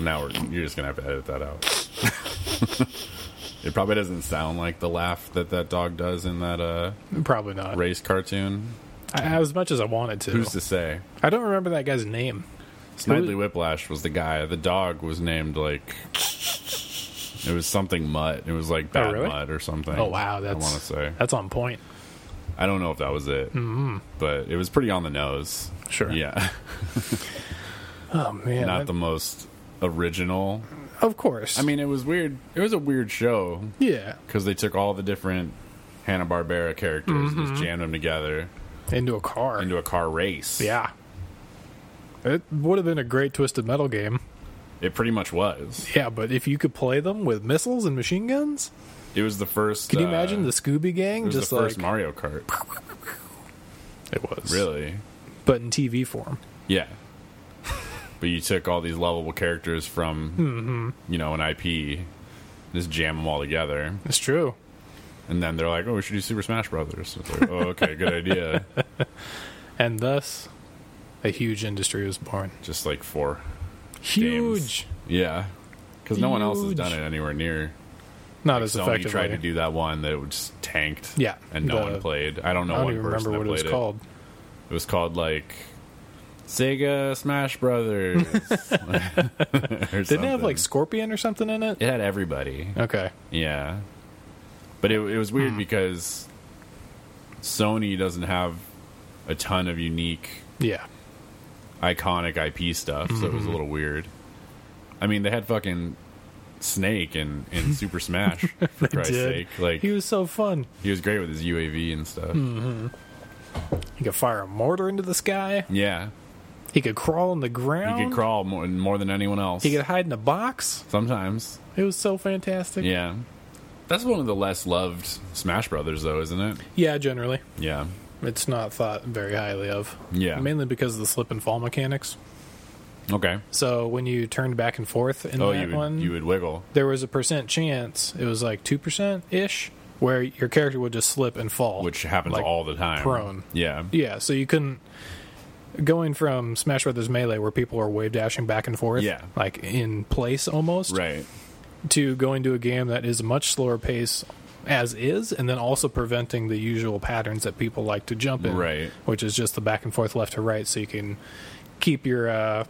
Now we're, you're just gonna have to edit that out. it probably doesn't sound like the laugh that that dog does in that uh, Probably not. race cartoon. I, as much as I wanted to. Who's to say? I don't remember that guy's name. Snidely Whiplash was the guy. The dog was named like it was something Mutt. It was like Bad Oh, really? Mutt or something. Oh wow, that's I want to say. that's on point. I don't know if that was it, mm but it was pretty on the nose. Mm-hmm. Sure. Yeah, Oh man, not that- the most original. of course. I mean, it was weird. It was a weird show yeah, because they took all the different Hanna Barbera characters and Mm-hmm. just jammed them together into a car. into a car race. yeah, it would have been a great twisted metal game. it pretty much was. Yeah, but if you could play them with missiles and machine guns, It was the first. can you uh, imagine the Scooby It Gang? was Just the first like Mario Kart. it was Really? but in TV form. Yeah. but you took all these lovable characters from, Mm-hmm. you know, an IP, just jam them all together, It's true. and then they're like, "Oh, we should do Super Smash Brothers." It's like, oh, okay, good idea. And thus, a huge industry was born. Just like four. Huge, Yeah. Because no one else has done Huge. it anywhere near. not as Sony effectively. tried to do that one that it just tanked. Yeah. And no The- one played. I don't know I don't one even person remember that what it was played called. It was called like Sega Smash Brothers. Didn't it have like Scorpion or something in it? it had everybody. Okay. Yeah. But it, it was weird Hmm. because Sony doesn't have a ton of unique, Yeah. iconic IP stuff, so it Mm-hmm. was a little weird. I mean, they had fucking Snake in, in Super Smash, for Christ's did. sake. Like, He Hmm. was so fun. he was great with his UAV and stuff. He could fire a mortar into the sky. Yeah. He could crawl on the ground. He could crawl more, more than anyone else. He could hide in a box. Sometimes. It was so fantastic. Yeah. That's one of the less loved Smash Brothers, though, isn't it? Yeah, generally. Yeah. It's not thought very highly of. Yeah. Mainly because of the slip and fall mechanics. Okay. So when you turned back and forth in Oh, that you would, one, you would wiggle. there was a percent chance, it was like 2% ish, where your character would just slip and fall. which happens Like, all the time. prone. Yeah. Yeah, so you couldn't going from Smash Brothers Melee where people are wave dashing back and forth, Yeah. like in place almost, Right. to going to a game that is a much slower pace as is, and then also preventing the usual patterns that people like to jump in, Right. Which is just the back and forth, left to right, so you can keep your uh,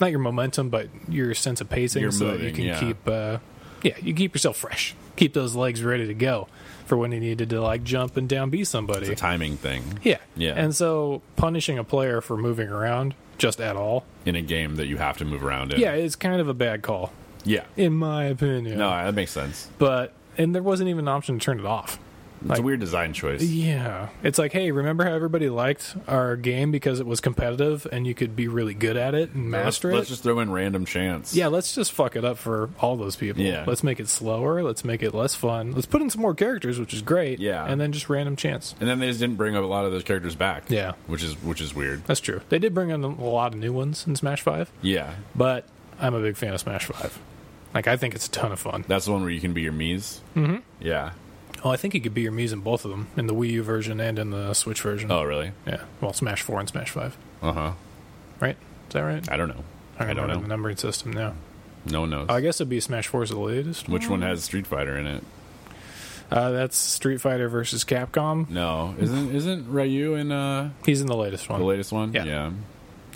not your momentum, but your sense of pacing, You're so that you moving, can yeah. keep uh, yeah, you keep yourself fresh, keep those legs ready to go for when you needed to like jump and down be somebody. The timing thing Yeah. Yeah. And so punishing a player for moving around just at all, in a game that you have to move around in. yeah, it's kind of a bad call, Yeah. in my opinion. No, that makes sense. But, and there wasn't even an option to turn it off. It's Like- a weird design choice. Yeah. It's like, hey, remember how everybody liked our game because it was competitive and you could be really good at it and let's, master let's it? just throw in random chance. yeah, let's just fuck it up for all those people. Yeah. Let's make it slower. Let's make it less fun. Let's put in some more characters, which is great. Yeah. And then just random chance. And then they just didn't bring up a lot of those characters back. Yeah. Which is which is weird. That's true. They did bring in a lot of new ones in Smash 5. Yeah. but I'm a big fan of Smash Five. Like I think it's a ton of fun. That's the one where you can be your Mii's. Mm-hmm. Yeah. Oh, I think it could be your Mii's in both of them, in the Wii U version and in the Switch version. Oh really? yeah. Well, Smash Four and Smash Five, Uh huh. right? Is that right? I don't know. I don't remember know. the numbering system now. No one knows. I guess it'd be Smash Four is the latest. which one has Street Fighter in it? Uh, that's Street Fighter versus Capcom. No, isn't isn't Ryu in uh, He's in the latest the one. latest one? Yeah. yeah.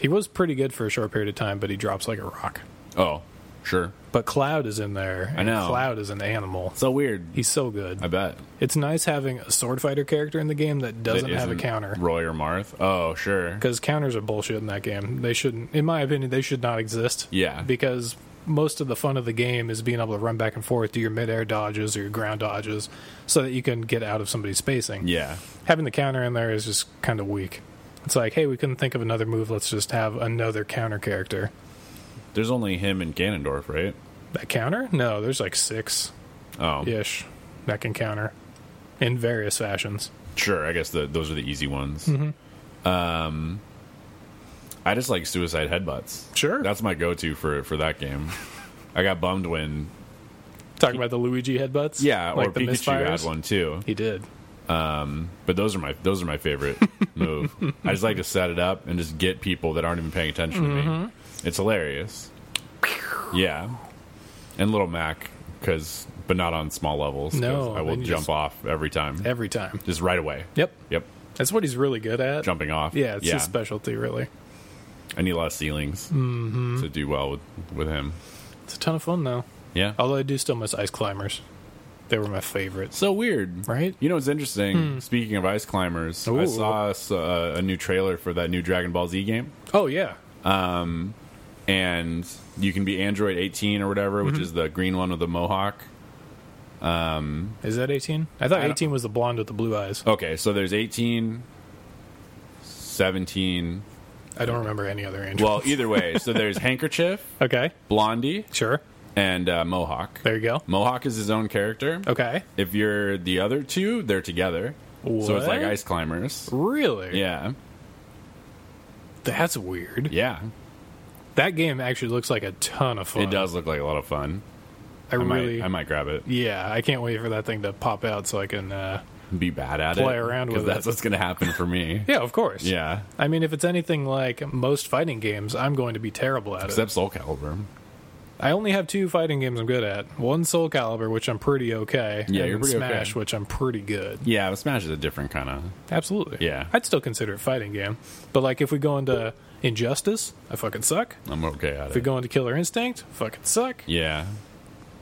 he was pretty good for a short period of time, but he drops like a rock. Oh, sure. But Cloud is in there. and know. Cloud is an animal. So weird. He's so good. I bet. It's nice having a sword fighter character in the game that That doesn't have a isn't counter. Roy or Marth? Oh, sure. because counters are bullshit in that game. They shouldn't, in my opinion, they should not exist. Yeah. because most of the fun of the game is being able to run back and forth, do your midair dodges or your ground dodges, so that you can get out of somebody's spacing. Yeah. Having the counter in there is just kind of weak. It's like, hey, we couldn't think of another move. Let's just have another counter character. There's only him and Ganondorf, right? That counter? No, there's like six Oh, ish that can counter in various fashions. sure. I guess the, those are the easy ones. Um, Mm-hmm. I just like suicide headbutts. Sure. that's my go-to for for that game. I got bummed when Talking about the Luigi headbutts. yeah, like or the Pikachu misfires. had one too. He did. But those are my those are my favorite move. I just like Mm-hmm. to set it up and just get people that aren't even paying attention to me. It's hilarious. Yeah, and Little Mac because, but not on small levels. 'cause No, I will then you jump just- off every time, every time. just right away. Yep. Yep, That's what he's really good at. jumping off. Yeah, it's his specialty, really. I need a lot of ceilings Mm-hmm. to do well with with him. It's a ton of fun, though. Yeah, Although I do still miss ice climbers. They were my favorites. so weird, Right? Hmm. You know what's interesting? Speaking of ice climbers, I Ooh. saw s- uh, a new trailer for that new Dragon Ball Z game. Oh, yeah. and you can be Android 18 or whatever, Mm-hmm. which is the green one with the mohawk. Is that 18? I thought I don't- 18 was the blonde with the blue eyes. Okay, so there's 18, 17. I don't remember any other Android. Well, either way, so there's handkerchief, okay. blondie, Sure. and uh, mohawk. There you go. Mohawk is his own character. Okay. If you're the other two, they're together. So it's like What? ice climbers. Really? Yeah, That's weird. yeah. That game actually looks like a ton of fun. It does look like a lot of fun. I, I might, really. I might grab it. yeah, I can't wait for that thing to pop out so I can. Uh, Be bad at it. Play around 'cause with that's it. what's gonna happen for me. yeah, of course. yeah. I mean, if it's anything like most fighting games, I'm going to be terrible at it. Except Soul Calibur. I only have two fighting games I'm good at. One Soul Calibur, which I'm pretty Yeah, okay. and you're then pretty okay. Smash, which I'm pretty good. Yeah, but Smash is a different kind of Absolutely. Yeah. I'd still consider it a fighting game. But like if we go into Injustice, I fucking suck. I'm okay at If we it. go into Killer Instinct, fucking suck. Yeah,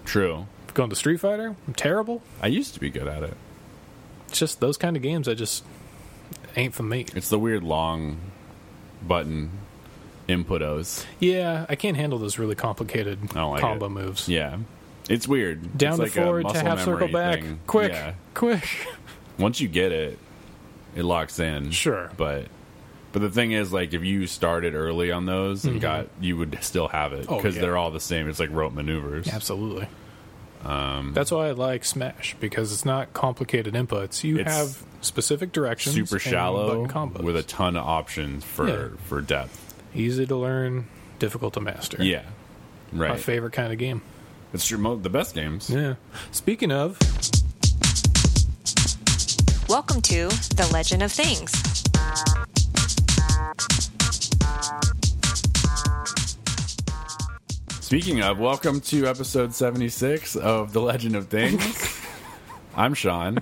true. If we go into Street Fighter, I'm terrible. I used to be good at it. It's just those kind of games I just ain't for me. It's the weird long button inputos. Yeah, I can't handle those really complicated don't like combo it. moves. Yeah, it's weird. Down it's like to a forward to muscle half circle memory back. thing. Quick. Yeah. Quick. Once you get it, it locks in. Sure. but but the thing is, like, if you started early on those and got, you would still have it Mm-hmm. Oh, because yeah. they're all the same. It's like rope maneuvers. Absolutely. Um, That's why I like Smash because it's not complicated inputs. You It's have specific directions, Super and shallow button combos. with a ton of options for Yeah. for depth. easy to learn, difficult to master. Yeah, my right. favorite kind of game. It's your mo- the best games. Yeah. Speaking of, Welcome to The Legend of Things. Speaking of, welcome to episode 76 of The Legend of Things. Uh-huh. I'm Sean,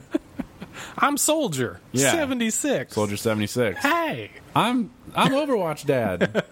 I'm Soldier. Yeah. Seventy six. Soldier 76. Hey. I'm I'm Overwatch Dad.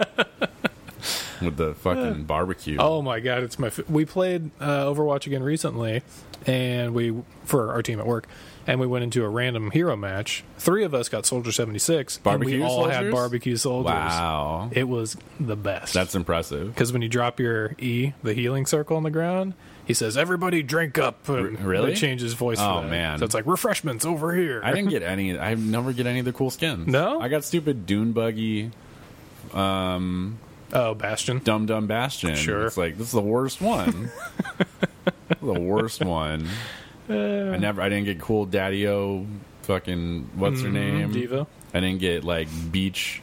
With the fucking barbecue. Oh my god, it's my. F- we played uh, Overwatch again recently, and we for our team at work, and we went into a random hero match. Three of us got Soldier seventy six. and Barbecue we all had soldiers? barbecue soldiers. wow. It was the best. That's impressive. because when you drop your E, the healing circle on the ground, he says, "Everybody drink up." And R- really? It changes voice. for Oh, that. man. So it's like refreshments over here. I didn't get any I never get any of the cool skins. No? I got stupid Dune Buggy, oh, Bastion. Dum Dum Bastion. Sure. It's like this is the worst one. the worst one. Uh. I never I didn't get cool Daddy O fucking what's Mm-hmm. her name? Diva. I didn't get like Beach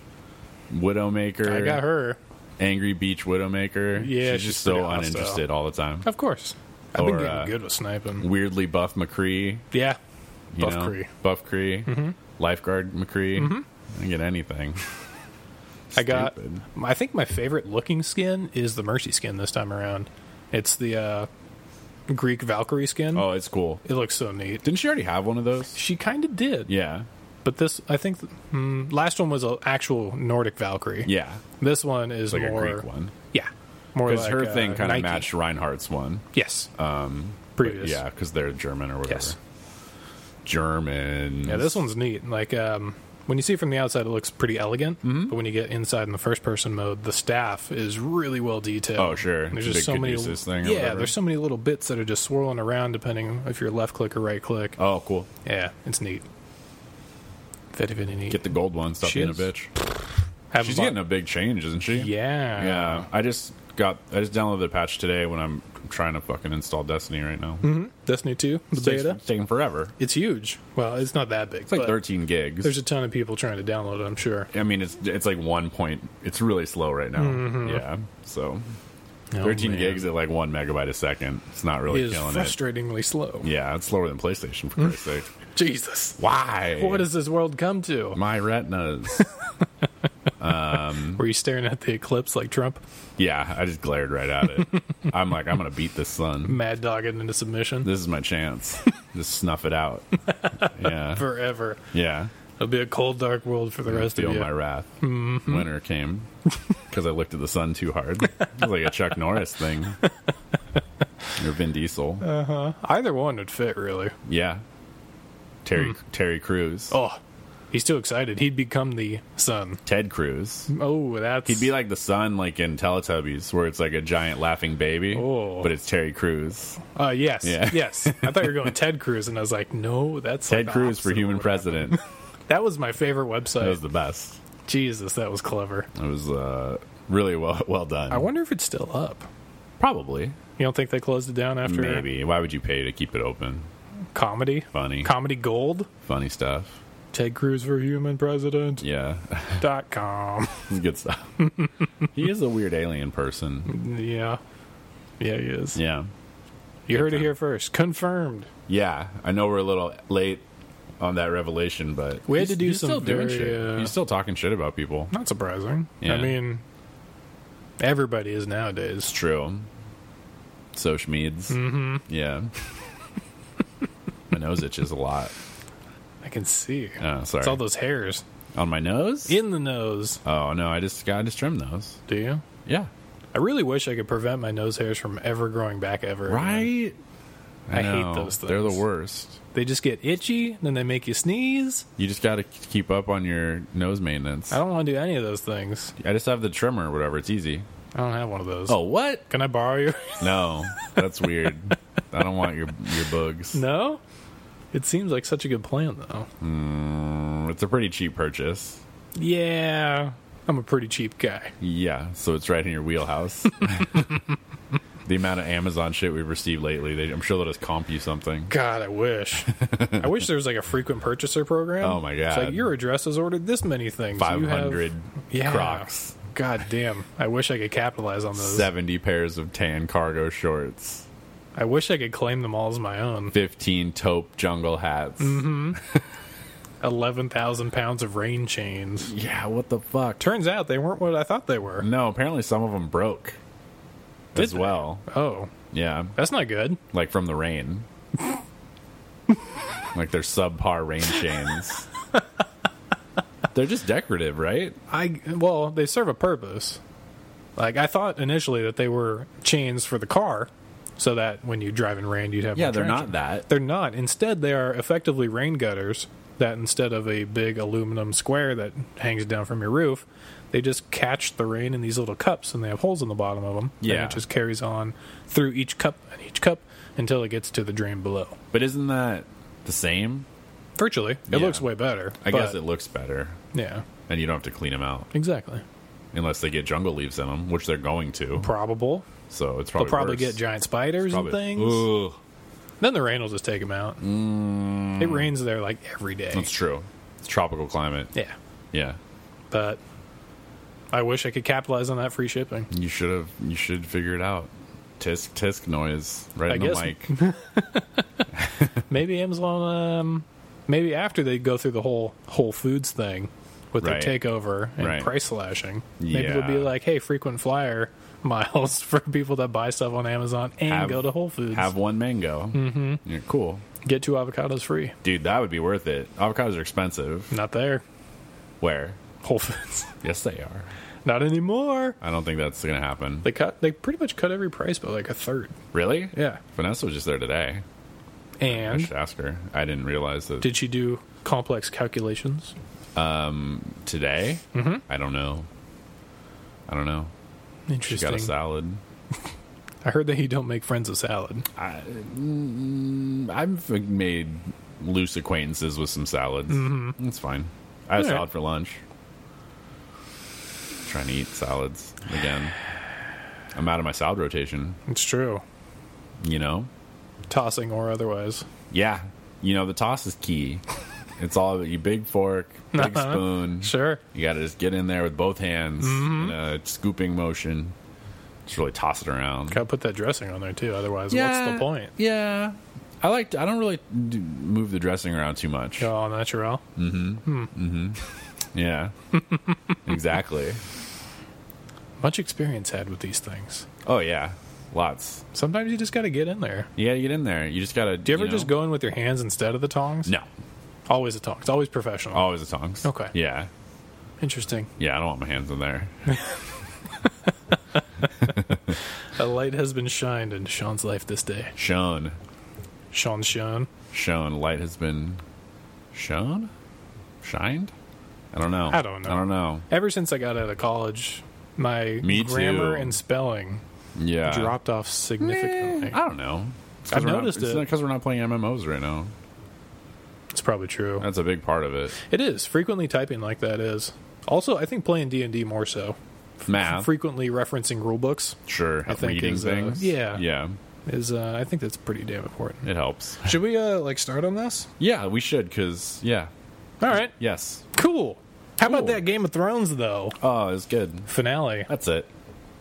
Widowmaker. I got her. Angry Beach Widowmaker. Yeah, she's, she's just so pretty hostile. uninterested all the time. Of course. I've Or, been getting uh, good with sniping. Weirdly buff McCree. Yeah. you Buff know? Cree. Mm-hmm. Buff Cree. Lifeguard McCree. I didn't get anything. I got. Stupid. I think my favorite looking skin is the Mercy skin this time around. It's the uh, Greek Valkyrie skin. Oh, it's cool. It looks so neat. Didn't she already have one of those? She kind of did, Yeah. but this I think mm, last one was an actual Nordic Valkyrie. Yeah. This one is Like more a Greek one. Yeah, more Because like her uh, thing kind of Nike. matched Reinhardt's one. Yes, um, But previous. yeah, because they're German or whatever. Yes. German. yeah. This one's neat. Like um, when you see it from the outside, it looks pretty elegant. Mm-hmm. But when you get inside in the first person mode, the staff is really well detailed. Oh, sure. And There's The just so big many. caduceus thing or yeah, whatever. there's so many little bits that are just swirling around depending if you're left click or right click. Oh, cool. Yeah, it's neat. Very very neat. Get the gold one. Stop She being a is. bitch. Haven't She's bought- getting a big change, isn't she? yeah. Yeah, I just got I just downloaded the patch today when I'm trying to fucking install Destiny right now. Destiny two the It's, takes- Mm-hmm. beta. it's taking forever. It's huge. Well, it's not that big. It's like but 13 gigs. There's a ton of people trying to download it. I'm sure. I mean, it's it's like one point. It's really slow right now. Mm-hmm. Yeah, so Oh, 13 gigs at like one megabyte a second. It's not really is killing it. frustratingly slow. Yeah, it's slower than PlayStation for Christ's sake. Jesus. Why? What does this world come to? my retinas? um, Were you staring at the eclipse like Trump, Yeah, I just glared right at it. I'm like, I'm gonna beat this sun. mad dogging into submission This is my chance. Just snuff it out. Yeah, forever? yeah. It'll be a cold, dark world for the rest of Feel you. my wrath. Mm-hmm. Winter came because I looked at the sun too hard. It's like a Chuck Norris thing. Or Vin Diesel. Uh. Either one would fit, really. yeah. Terry Terry Crews. Hmm. Oh, he's too excited. He'd become the sun. Ted Cruz. Oh, that's He'd be like the sun, like in Teletubbies, where it's like a giant laughing baby, Oh. but it's Terry Cruz. Uh, yes, Yeah. yes. I thought you were going Ted Cruz, and I was like, no, that's Ted like the Cruz for opposite human of what happened. president. That was my favorite that website. was the best. Jesus, that was clever. It was uh, really well well done. I wonder if it's still up. Probably, You don't think they closed it down after maybe. Why would you pay to keep it open? comedy? Funny, Comedy Gold? funny stuff. Ted Cruz for human president Yeah, dot com. it's good stuff. he is a weird alien person. yeah. Yeah, he is. Yeah, you heard it time. here first. Confirmed. yeah. I know we're a little late on that revelation, but We had to he's- do he's some still doing very, shit. uh, He's still talking shit about people. Not surprising. Yeah. I mean, everybody is nowadays. True. So schmeeds. Mm-hmm. Yeah. my nose itches a lot. I can see. Oh, sorry. It's all those hairs On my nose? in the nose. oh no, I just got I just trimmed those. Do you? Yeah. I really wish I could prevent my nose hairs from ever growing back ever. again. Right? I hate know. those They're the things. worst. They just get itchy, then they make you sneeze. You just got to keep up on your nose maintenance. I I, don't want to do any of those things. just have the trimmer or whatever. It's easy. I don't have one of those. Oh, what? Can I borrow your? No. That's weird. I don't want your your bugs. no? It seems like such a good plan, though. Mm, It's a pretty cheap purchase. Yeah. I'm a pretty cheap guy. Yeah, so it's right in your wheelhouse. the amount of Amazon shit we've received lately, they, I'm sure they'll just comp you something. God, I wish. I wish there was like a frequent purchaser program. Oh, my It's God. like your address has ordered this many things. You have- 500 yeah. Crocs, God damn. I wish I could capitalize on those. 70 pairs of tan cargo shorts, I wish I could claim them all as my own. 15 taupe jungle hats. Mm-hmm. 11,000 pounds of rain chains. Yeah, what the fuck? Turns out they weren't what I thought they were. No, apparently some of them broke Did as they? well. Oh, Yeah, that's not good. like from the rain. like they're subpar rain chains. they're just decorative, right? I well, they serve a purpose. Like I thought initially that they were chains for the car, so that when you drive in rain, you'd have Yeah, more they're not traction. that. They're not. Instead, they are effectively rain gutters. That instead of a big aluminum square that hangs down from your roof, they just catch the rain in these little cups, and they have holes in the bottom of them. Yeah. and it just carries on through each cup and each cup until it gets to the drain below. But isn't that the same? Virtually, Yeah. it looks way better. I guess but- it looks better, Yeah, and you don't have to clean them out exactly. unless they get jungle leaves in them, which they're going to. Probable. So it's They'll probably probably worse. get giant spiders Probably- and things. Ooh, Then the rain will just take them out. It rains there like every day. Mm. that's true. It's tropical climate. yeah, Yeah, but I wish I could capitalize on that free shipping. you should have. You should figure it out. Tisk tisk noise right I in guess- the mic. Maybe Amazon. Um, maybe after they go through the whole Whole Foods thing with Right. their takeover and Right. price slashing, maybe it'll be Yeah. like, hey, frequent flyer miles for people that buy stuff on Amazon and Have- go to Whole Foods. Have one mango. Mm-hmm. Yeah, cool, Get two avocados free. dude. That would be worth it. Avocados are expensive. Not there. Where? Whole Foods. Yes, they are. Not anymore. I don't think that's gonna happen. They cut. They pretty much cut every price by like a third. Really? Yeah. Vanessa was just there today. I And should ask her. I didn't realize that Did she do complex calculations? today. Mm-hmm. I don't know. I don't know. She got a Interesting. salad. I heard that you don't make friends with salad. I, mm, I've made loose acquaintances with some salads. Mm-hmm. It's fine. I had All right. salad for lunch. Trying to eat salads again. I'm out of my salad rotation. It's true. You know. Tossing or otherwise. Yeah. You know the toss is key. It's all about you. Big fork, big Uh-huh. spoon. Sure. Mm-hmm. You got to just get in there with both hands in a scooping motion. Just really toss it around. Gotta put that dressing on there too. Otherwise, what's the point? Yeah. I like. I don't really d- move the dressing around too much. Go all natural. Yeah. exactly. Much experience had with these things. Oh yeah, lots. Sometimes you just got to get in there. You gotta get in there. You just gotta. Do you ever just go in with your hands instead of the tongs? No, Oh. Always the tongs. Always professional. always the tongs. Okay. Yeah, Interesting. yeah. I don't want my hands in there. A light has been shined in Sean's life this day. Shown, Sean Sean. shown. Light has been shown, shined. I don't know. I don't know. I don't know. Ever since I got out of college, my Me too. grammar Uh. and spelling Yeah. dropped off significantly. Eh, I don't know. It's 'cause I've we're not- noticed it's it. because we're not playing MMOs right now. It's probably true. That's a big part of it. It is frequently typing like that is. Also, I think playing D and D more so. Math, Frequently referencing rule books sure. I think Reading is, uh, things. yeah. yeah. is. Uh, I think that's pretty damn important. It helps. Should we uh like start on this? Yeah, we should. Cause yeah, All right. yes. Cool. How about Cool. that Game of Thrones though Oh, it's good. finale? That's it.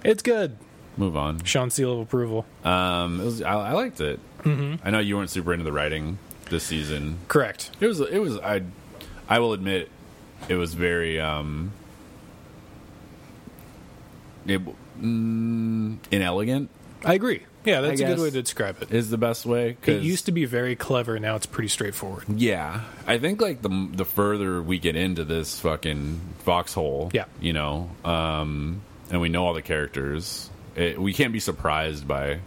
It's good. Move on. Sean seal of approval. Um, it was, I, I liked it. Mm-hmm. I know you weren't super into the writing this season. Correct. It was. It was. I. I will admit, it was very. Um, it, mm, inelegant I agree. Yeah, that's I a good guess. way to describe it. is the best way. It used to be very clever. Now it's pretty straightforward. Yeah, I think like the the further we get into this fucking foxhole, Yeah. you know, um, and we know all the characters, it, we can't be surprised by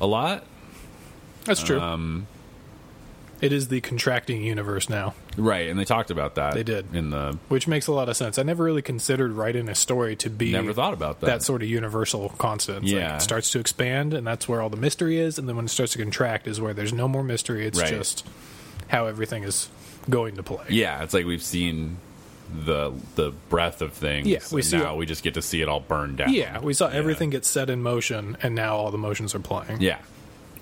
a lot, That's true. Um, it is the contracting universe now, right? And they talked about that. They did. in the which makes a lot of sense. I never really considered writing a story to be never thought about that. that sort of universal constant. It's like Yeah. it starts to expand, and that's where all the mystery is. And then when it starts to contract, is where there's no more mystery. It's Right. just how everything is going to play. yeah, it's like we've seen the the breadth of things. Yeah, we and see now it. we just get to see it all burned down. Yeah, we saw everything get set in motion, and now all the motions are playing. Yeah,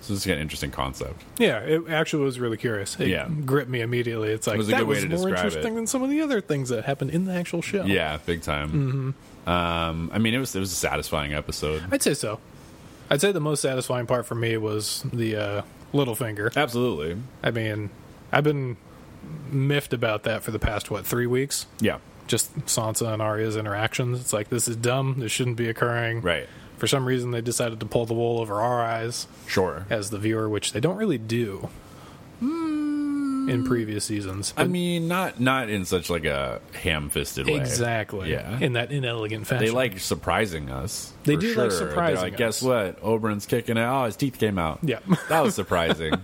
so this is an interesting concept. Yeah, it actually was really curious. It Yeah. gripped me immediately. It's like was a that good way was to more describe it. interesting than some of the other things that happened in the actual show. Yeah, big time. Mm-hmm. Um, I mean, it was it was a satisfying episode. I'd say so. I'd say the most satisfying part for me was the uh, little finger. Absolutely. I mean, I've been miffed about that for the past what three weeks. Yeah. Just Sansa and Arya's interactions. It's like this is dumb. This shouldn't be occurring. Right. For some reason, they decided to pull the wool over our eyes Sure. as the viewer, which they don't really do in previous seasons. I But- mean, not not in such like a ham-fisted way. exactly. Yeah. In that inelegant fashion. They like surprising us. They for do like sure. They're surprising like, guess us. what? Oberon's kicking out. Oh, his teeth came out. Yeah. that was surprising.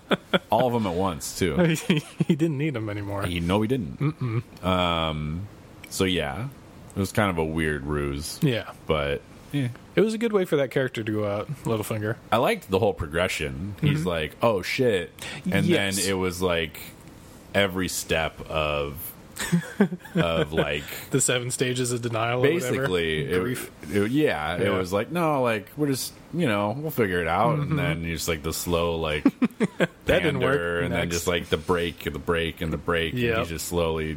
All of them at once too. he didn't need them anymore. You know, we didn't. Mm-mm. Um. So yeah, it was kind of a weird ruse, Yeah. but yeah. It was a good way for that character to go out, Littlefinger. I liked the whole progression. He's like, oh shit, and Mm-hmm. Yes. then it was like every step of of like The seven stages of denial or whatever. basically it, Grief. it- yeah, it Yeah. Mm-hmm. was like no like we're just you know we'll figure it out and then you just like the slow like That didn't work. pander, and then Next. just like the break and the break and the break Yep. and he just slowly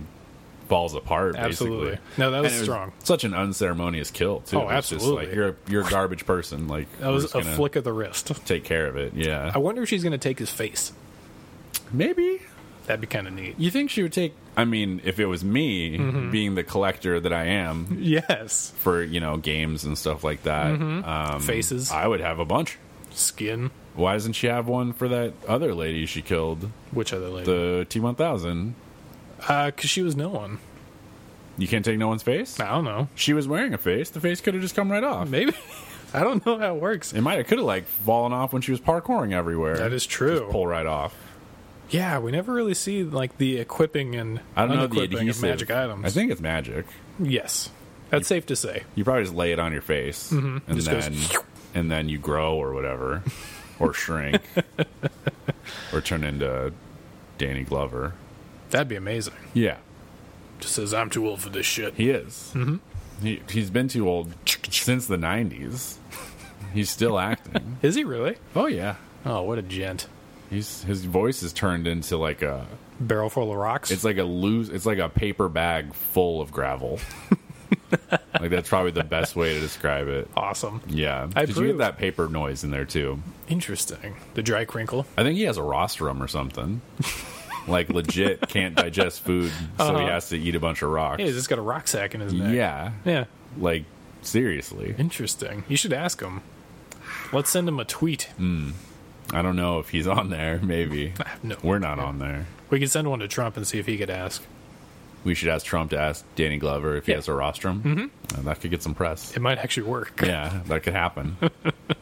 falls apart Absolutely. basically. No, that And was it strong. such an unceremonious kill too Oh, It was just absolutely. like you're a, you're a garbage person like That we're was just a gonna flick of the wrist. take care of it yeah I wonder if she's going to take his face. maybe That'd be kind of neat. you think she would take I mean if it was me Mm-hmm. being the collector that I am Yes. for you know games and stuff like that Mm-hmm. um, Faces, I would have a bunch skin. Why doesn't she have one for that other lady she killed, Which other lady? the T1000? Because she was no one. You can't take no one's face? I don't know. She was wearing a face. The face could have just come right off. Maybe. I don't know how it works. It might have could have like fallen off when she was parkouring everywhere. That is true. Just pull right off. Yeah, we never really see like the equipping and I don't know the unequipping adhesive. of magic items. I think it's magic. yes, that's safe to say. You probably just lay it on your face and Just goes then and then you grow or whatever, or shrink, or turn into Danny Glover. That'd be amazing. Yeah, Just says I'm too old for this shit. He is. Mm-hmm. He, he's been too old since the 90s. He's still acting. Is he really? oh, yeah. Oh, what a gent! He's, his voice is turned into like a Barrel full of rocks. it's like a loose it's like a paper bag full of gravel like that's probably the best way to describe it awesome. yeah I because you get approve. that paper noise in there too Interesting. The dry crinkle. i think he has a rostrum or something like legit can't digest food so he Uh-huh. has to eat a bunch of rocks Hey, he's just got a rock sack in his neck. yeah Yeah. like Seriously, Interesting. You should ask him. Let's send him a tweet. Mm. I don't know if he's on there. Maybe No, we're not on there. We could send one to Trump and see if he could ask. We should ask Trump to ask Danny Glover if he Yeah. has a rostrum. Mm-hmm. that could get some press. It might actually work. Yeah, that could happen.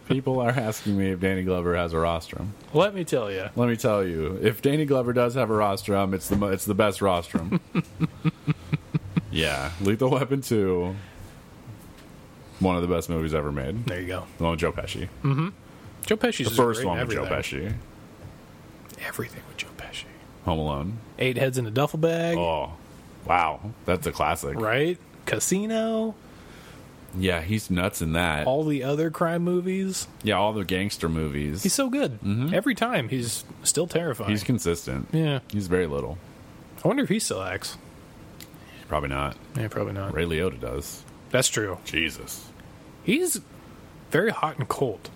People are asking me if Danny Glover has a rostrum. Let me tell you. Let me tell you, if Danny Glover does have a rostrum, it's the mo- it's the best rostrum. yeah, Lethal Weapon two, one of the best movies ever made. There you go. The one with Joe Pesci, Joe Pesci's the just first great one in with Joe everything. Pesci, Everything with Joe Pesci. Home Alone. Eight heads in a duffel bag, Oh, wow, that's a classic. right? Casino, Yeah, he's nuts in that. all the other crime movies. yeah, all the gangster movies. He's He's, so good. Mm-hmm. Every time he's still terrifying. consistent. yeah. He's very little. I wonder if he still acts. Probably not. Yeah, probably not. Ray Liotta does. That's true. Jesus. He's very hot and cold,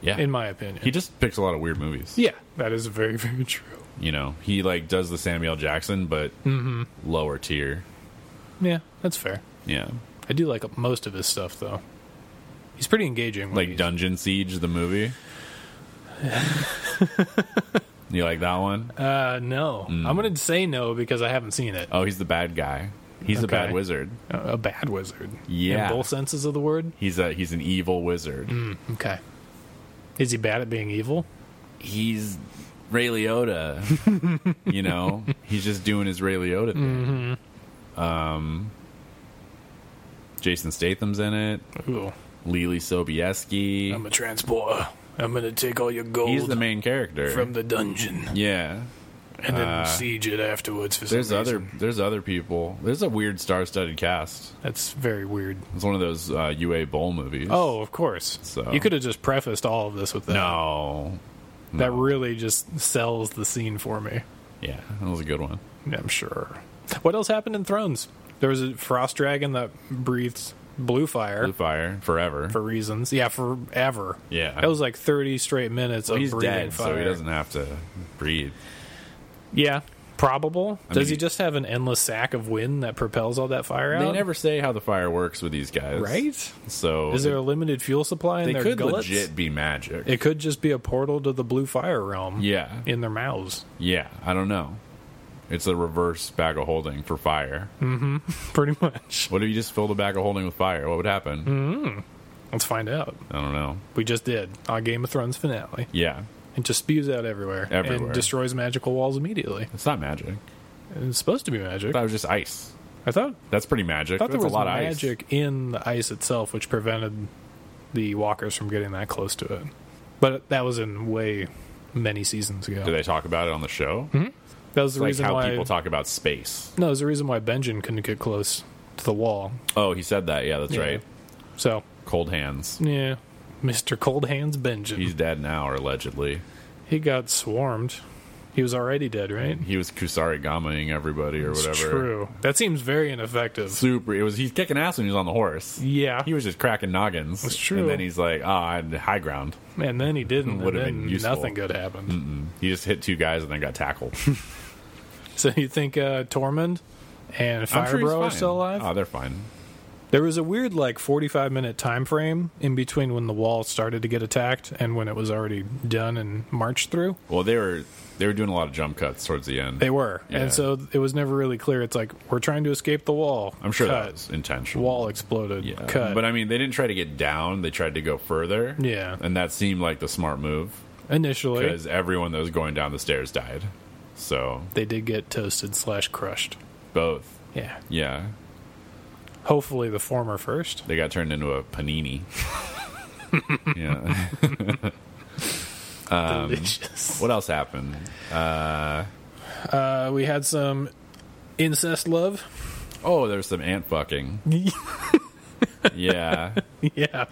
Yeah. in my opinion. he just picks a lot of weird movies. yeah, that is very, very true. You know, he like does the Samuel Jackson, but Mm-hmm. lower tier. Yeah, that's fair. Yeah, I do like most of his stuff, though. He's pretty engaging. when like he's- Dungeon Siege, the movie. you like that one? Uh, no. Mm. I'm going to say no because I haven't seen it. Oh, he's the bad guy. He's a Okay. bad wizard. A bad wizard. Yeah. In both senses of the word? He's a he's an evil wizard. Mm. Okay. Is he bad at being evil? He's Ray Liotta. you know, he's just doing his Ray Liotta thing. Um, Mm-hmm. Jason Statham's in it. Ooh. Lily Sobieski. I'm a transporter. I'm going to take all your gold he's the main character. from the dungeon yeah. and then siege it afterwards for Uh, There's some other reason. there's other people. There's a weird star-studded cast. That's very weird. It's one of those uh, UA Bowl movies. Oh, of course. So- You could have just prefaced all of this with that. no, That really just sells the scene for me. yeah, that was a good one. I'm sure. What else happened in Thrones? There was a frost dragon that breathes blue fire Blue Fire forever. for reasons. Yeah, forever. Yeah. That was like 30 straight minutes of he's breathing dead, fire. so he doesn't have to breathe. Yeah, probable. I Does mean- he just have an endless sack of wind that propels all that fire out? They never say how the fire works with these guys, right? So Is there a limited fuel supply in they their could gullets? legit be magic. It could just be a portal to the blue fire realm. yeah, In their mouths, yeah. I don't know. It's a reverse bag of holding for fire. Hmm. pretty much. What if you just filled a bag of holding with fire? What would happen? Hmm. Let's find out. I don't know. We just did on Game of Thrones finale. Yeah, It just spews out everywhere, Everywhere. and destroys magical walls immediately. it's not magic. It's supposed to be magic. That was just ice. I thought That's pretty magic. I thought That's there was a lot of ice. magic in the ice itself, which prevented the walkers from getting that close to it. But that was in way many seasons ago. Do they talk about it on the show? That was the Like Hmm? reason how why people talk about space. no, it was the reason why Benjen couldn't get close to the wall. Oh, he said that. Yeah, that's Yeah. right. So Cold hands. yeah, Mister Cold Hands Benjen, He's dead now, or allegedly. he got swarmed. He was already dead, right? He was Kusari Gamaing everybody or It's whatever. true. That seems very ineffective. Super. It was. He's kicking ass when he was on the horse. Yeah, He was just cracking noggins. That's true. And then he's like, ah, I'm high ground. and then he didn't. Would've and been then useful. Mm. Nothing good happened. He just hit two guys and then got tackled. So you think uh, Tormund and I'm sure he's Firebro fine. are still alive? Oh, they're fine. There was a weird like 45 minute time frame in between when the wall started to get attacked and when it was already done and marched through. Well, they were they were doing a lot of jump cuts towards the end. They were. Yeah. And so it was never really clear. It's like we're trying to escape the wall. I'm sure Cut. that was intentional. wall exploded. Yeah. Cut. But I mean, they didn't try to get down. They tried to go further. Yeah. And that seemed like the smart move Initially, because everyone that was going down the stairs died. So they did get toasted slash crushed. both. Yeah. Yeah. Hopefully the former first. They got turned into a panini. yeah. Um, Delicious. What else happened? Uh, we had some incest love. Oh, there's some ant fucking. yeah. yeah.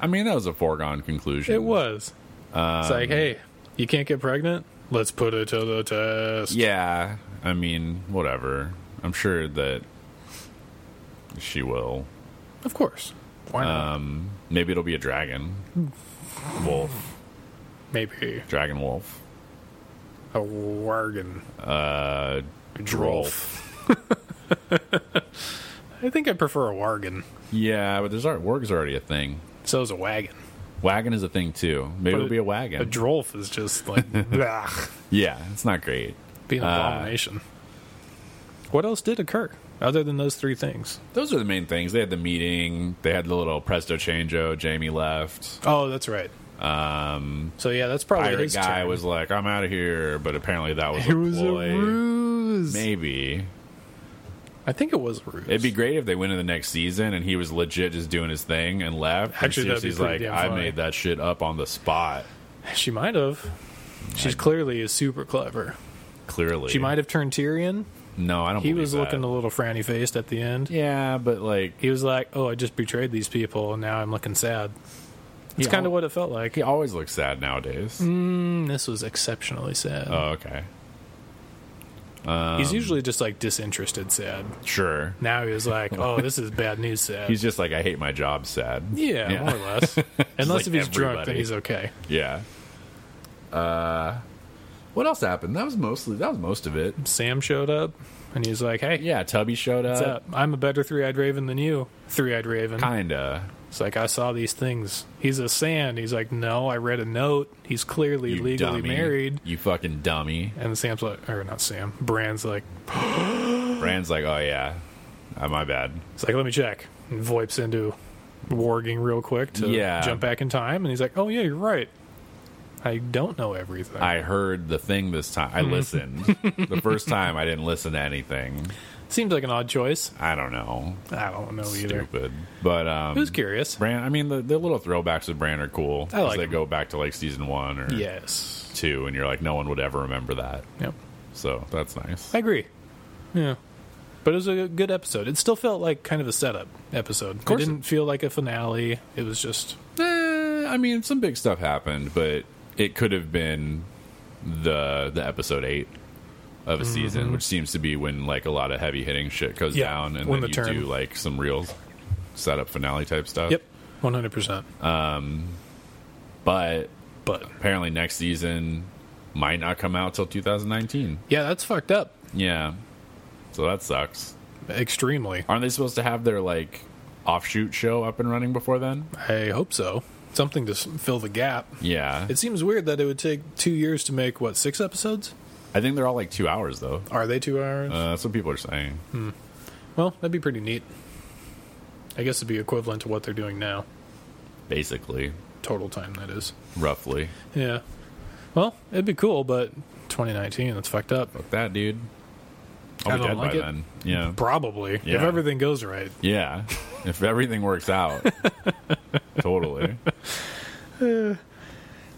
I mean, that was a foregone conclusion. It was. it's Um, like, hey, you can't get pregnant? Let's put it to the test. Yeah. I mean, whatever. I'm sure that she will. Of course. Why um, not? Maybe it'll be a dragon. Wolf. Maybe Dragon wolf. a wargan. Uh, Drolf. I think I prefer a wagon. Yeah, but there's art work's already a thing. So is a wagon. Wagon is a thing too. Maybe it'll be a wagon. A drolf is just like ugh, yeah, it's not great. be Uh, an abomination. What else did occur other than those three things? Those are the main things. They had the meeting. They had the little presto changeo. Jamie left. Oh, that's right. Um. So yeah, that's probably Pirate his guy turn. was like, "I'm out of here," but apparently that was It a was a ploy. ruse. Maybe I think it was a ruse. it'd be great if they went in the next season and he was legit just doing his thing and left. Actually, and that'd be Cersei's pretty like, damn "I funny." made that shit up on the spot." She might have. She's clearly is super clever. Clearly, She might have turned Tyrion. No, I don't. He believe was that. looking a little frowny faced at the end. Yeah, but like He was like, "Oh, I just betrayed these people, and now I'm looking sad." It's Yeah. kind of what it felt like. he always looks sad nowadays. Mm, This was exceptionally sad. Oh, okay, Um, He's usually just like disinterested sad. sure. Now he was like, "Oh, this is bad news sad." He's just like, "I hate my job." Sad. yeah, Yeah. more or less. Unless like if he's drunk, then everybody. he's okay. Yeah. Uh, what else happened? That was mostly that was most of it. Sam showed up, and he's like, "Hey, Yeah, uh, Tubby showed up. what's up? I'm a better three-eyed raven than you, three-eyed raven." Kinda. It's like I saw these things. He's a sand. He's like, no, I read a note. He's clearly You legally dummy. married. You fucking dummy. And Sam's like, or not Sam. Brand's like, Brand's like, oh yeah, uh, my bad. it's like, let me check. And Voip's into warging real quick to Yeah. jump back in time. And he's like, oh yeah, you're right. I don't know everything. I heard the thing this time. Hmm. I listened. the first time, I didn't listen to anything. Seems like an odd choice. I don't know. I don't know either. Stupid. But um, Who's curious? Brand. I mean, the, the little throwbacks with Brand are cool. I like they them. go back to like season one or Yes. two, and you're like, no one would ever remember that. Yep. So that's nice. I agree. Yeah. But it was a good episode. It still felt like kind of a setup episode. It course it- didn't feel like a finale. It was just Eh, I mean, some big stuff happened, but it could have been the the episode eight of a season, which seems to be when like a lot of heavy hitting shit goes Mm-hmm. Yeah, down, and when then the you turn- do like some real setup finale type stuff. Yep, one hundred percent. But But apparently, next season might not come out till 2019. yeah, that's fucked up. Yeah, so that sucks. Extremely. Aren't they supposed to have their like offshoot show up and running before then? I hope so. Something to s- fill the gap. Yeah, It seems weird that it would take two years to make what six episodes? I think they're all like two hours though. Are they two hours? Uh, that's what people are saying. well, that'd be pretty neat. I guess it'd be equivalent to what they're doing now, Basically, total time that is. roughly. Yeah. Well, it'd be cool, but 2019, that's fucked up. Fuck that, dude. I'll I be don't dead like by it. then. Yeah. Probably if Yeah. everything goes right. Yeah. if everything works out. totally.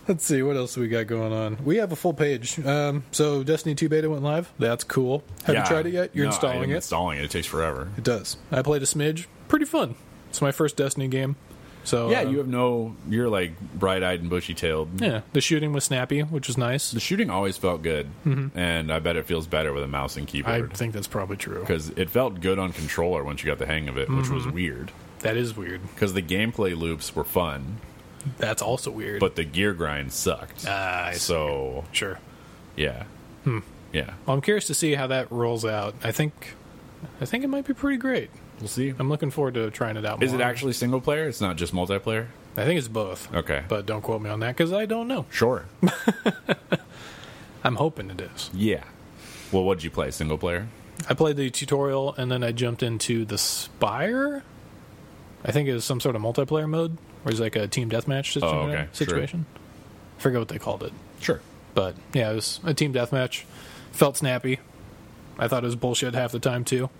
Let's see what else we got going on. We have a full page. Um, so Destiny 2 beta went live. That's cool. Have Yeah. you tried it yet? You're No, I installing am it. Installing it. It takes forever. It does. I played a smidge. Pretty fun. It's my first Destiny game. So Yeah, uh, you have no you're like bright eyed and bushy tailed. yeah. The shooting was snappy, which is nice. The shooting always felt good. And I bet it feels better with a mouse and Mm-hmm. I keyboard. think that's probably true. Because it felt good on controller once you got the hang of it, which was Mm-hmm. weird. That is weird. Because the gameplay loops were fun, That's also weird. but the gear grind sucked. Ah, I see. so sure. yeah. Hmm. Yeah. Well, I'm curious to see how that rolls out. I think, I think it might be pretty great. We'll see. I'm looking forward to trying it out. Is it more. actually single player? It's not just multiplayer? I think it's both. Okay. But don't quote me on that because I don't know. Sure. I'm hoping it is. Yeah. Well, what did you play? Single player? I played the tutorial and then I jumped into the Spire. I think it was some sort of multiplayer mode, where it's like a team deathmatch situ- Oh, okay. situation. I forget what they called it, Sure. but yeah, it was a team deathmatch. Felt snappy. I thought it was bullshit half the time too.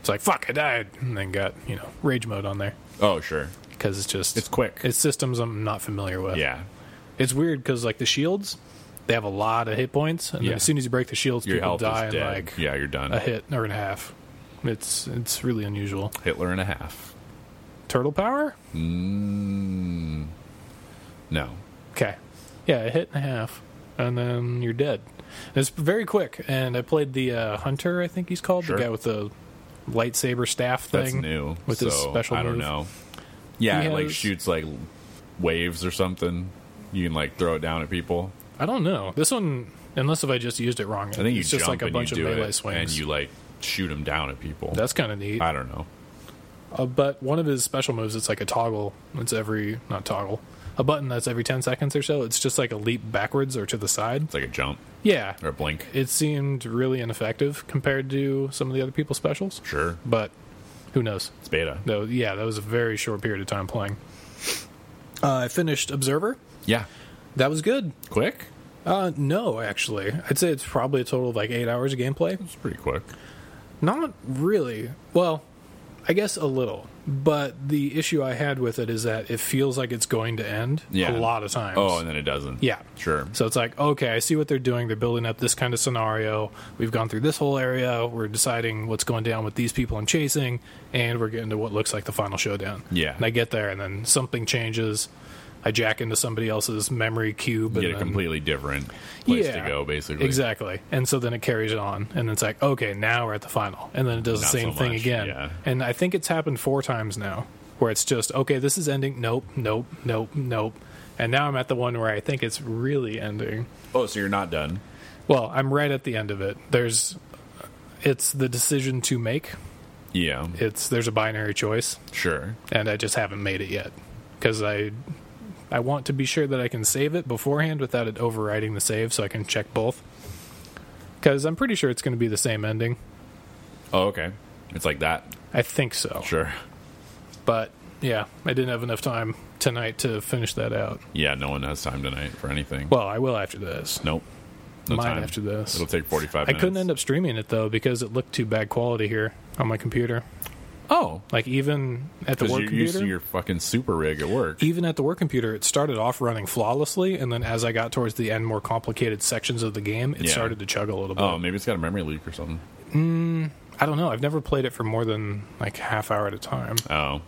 It's like fuck, I died, and then got you know rage mode on there Oh, sure. because it's just It's quick. It's systems I'm not familiar with. yeah. it's weird because like the shields, they have a lot of hit points, and Yeah. then as soon as you break the shields, Your people health die is and dead. like yeah, you're done. a hit or and a half. It's it's really unusual. Hitler and a half. Turtle power? No. Okay. Yeah, a hit and a half. And then you're dead. And it's very quick. And I played the uh, hunter, I think he's called, Sure. the guy with the lightsaber staff thing. That's new. With so, his special I don't move. know. Yeah, He it like has- shoots like waves or something. You can like throw it down at people. I don't know. This one, unless if I just used it wrong, I think you it's jump just like a and bunch you of do melee it, swings. and you like shoot them down at people. That's kind of neat. I don't know. Uh, but one of his special moves, it's like a toggle. It's every not toggle, a button that's every ten seconds or so. It's just like a leap backwards or to the side. It's like a jump Yeah, or a blink. it seemed really ineffective compared to some of the other people's specials. Sure, But who knows? it's beta. Though, yeah, that was a very short period of time playing. Uh, I finished Observer. Yeah, That was good. quick. Uh, no, actually, I'd say it's probably a total of like eight hours of gameplay. It's pretty quick. Not really. Well, I guess a little. But the issue I had with it is that it feels like it's going to end Yeah. a lot of times. Oh, and then it doesn't. Yeah. sure. So it's like, okay, I see what they're doing. They're building up this kind of scenario. We've gone through this whole area. We're deciding what's going down with these people I'm chasing, and we're getting to what looks like the final showdown. Yeah. And I get there, and then something changes. I jack into somebody else's memory cube. Get and a then- completely different place to go, basically. Exactly. And so then it carries it on, and it's like, okay, now we're at the final, and then it does Not the same so thing much, again. yeah. And I think it's happened four times now, where it's just, okay, this is ending. Nope, nope, nope, nope. And now I'm at the one where I think it's really ending. Oh, so you're not done. Well, I'm right at the end of it. There's, it's the decision to make. Yeah, It's there's a binary choice, sure. and I just haven't made it yet because I, I want to be sure that I can save it beforehand without it overriding the save, so I can check both. Because I'm pretty sure it's going to be the same ending. Oh, okay. It's like that. I think so, Sure. but yeah, I didn't have enough time tonight to finish that out. Yeah, no one has time tonight for anything. Well, I will after this. nope. No Mine time. after this. It'll take 45 I minutes. couldn't end up streaming it though because it looked too bad quality here on my computer. Oh, Like even at the because work you're used computer, to your fucking super rig at work. even at the work computer, it started off running flawlessly, and then as I got towards the end, more complicated sections of the game, it Yeah. started to chug a little bit. Oh, maybe it's got a memory leak or something. I don't know. I've never played it for more than like half hour at a time, Oh,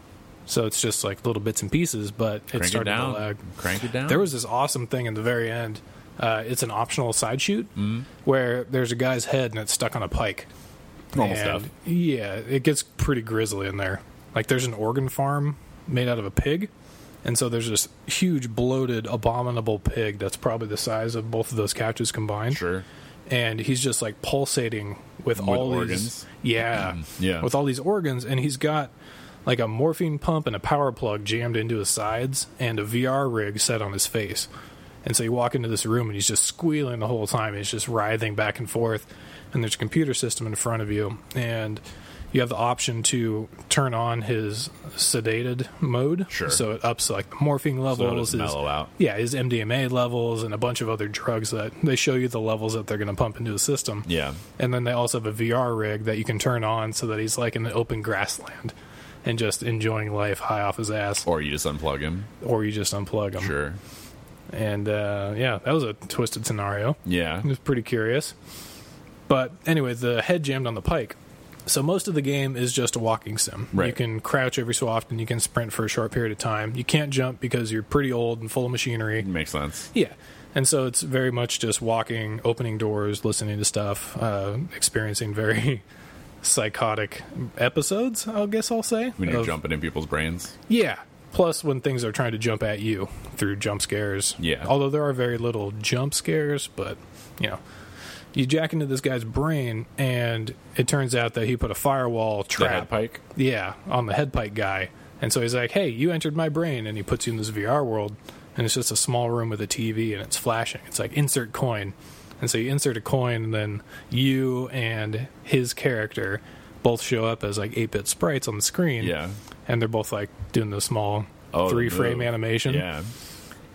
so it's just like little bits and pieces. But it crank it started to down. lag. Crank it down. There was this awesome thing in the very end. Uh, it's an optional side shoot Mm-hmm. where there's a guy's head and it's stuck on a pike. normal And, stuff. Yeah, it gets pretty grisly in there. Like there's an organ farm made out of a pig, and so there's this huge bloated abominable pig that's probably the size of both of those couches combined. Sure. And he's just like pulsating with, all organs? these yeah, Yeah. with all these organs and he's got like a morphine pump and a power plug jammed into his sides and a VR rig set on his face. And so you walk into this room and he's just squealing the whole time. He's just writhing back and forth. And there's a computer system in front of you. And you have the option to turn on his sedated mode. Sure. So it ups like the morphine So it'll levels. just his- mellow out. Yeah, his MDMA levels and a bunch of other drugs that they show you the levels that they're going to pump into the system. Yeah. And then they also have a VR rig that you can turn on so that he's like in the open grassland and just enjoying life high off his ass, Or you just unplug him. or you just unplug him. Sure. And uh, yeah, that was a twisted scenario. Yeah. It was pretty curious. But anyway, the head jammed on the pike. So most of the game is just a walking sim. Right. You can crouch every so often. You can sprint for a short period of time. You can't jump because you're pretty old and full of machinery. Makes sense. Yeah. And so it's very much just walking, opening doors, listening to stuff, uh, experiencing very psychotic episodes, I guess I'll say. When you're of- jumping in people's brains. Yeah. Plus, when things are trying to jump at you through jump scares. Yeah. Although there are very little jump scares, but, you know, you jack into this guy's brain, and it turns out that he put a firewall The trap. head pike. Yeah, on the head pike guy. And so he's like, hey, you entered my brain. And he puts you in this VR world. And it's just a small room with a TV and it's flashing. It's like, insert coin. And so you insert a coin, and then you and his character both show up as like 8 bit sprites on the screen. Yeah. And they're both like doing the small Oh, three the frame move. animation. Yeah.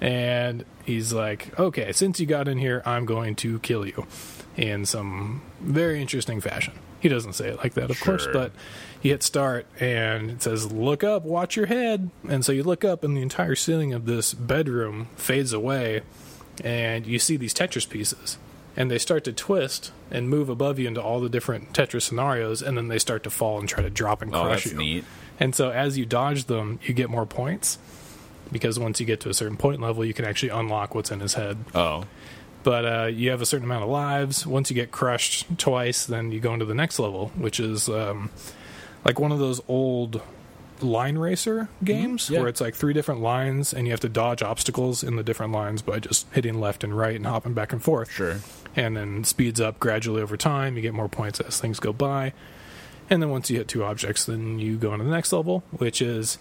And he's like, okay, since you got in here, I'm going to kill you in some very interesting fashion. He doesn't say it like that, of course, Sure. but you hit start and it says, look up, watch your head. And so you look up, and the entire ceiling of this bedroom fades away, and you see these Tetris pieces. And they start to twist and move above you into all the different Tetris scenarios, and then they start to fall and try to drop and Oh, crush that's you. neat. And so as you dodge them, you get more points because once you get to a certain point level, you can actually unlock what's in his head. Oh. But uh, you have a certain amount of lives. Once you get crushed twice, then you go into the next level, which is um, like one of those old line racer games yeah. where it's like three different lines and you have to dodge obstacles in the different lines by just hitting left and right and hopping back and forth Sure. and then speeds up gradually over time. You get more points as things go by. And then once you hit two objects, then you go on to the next level, which is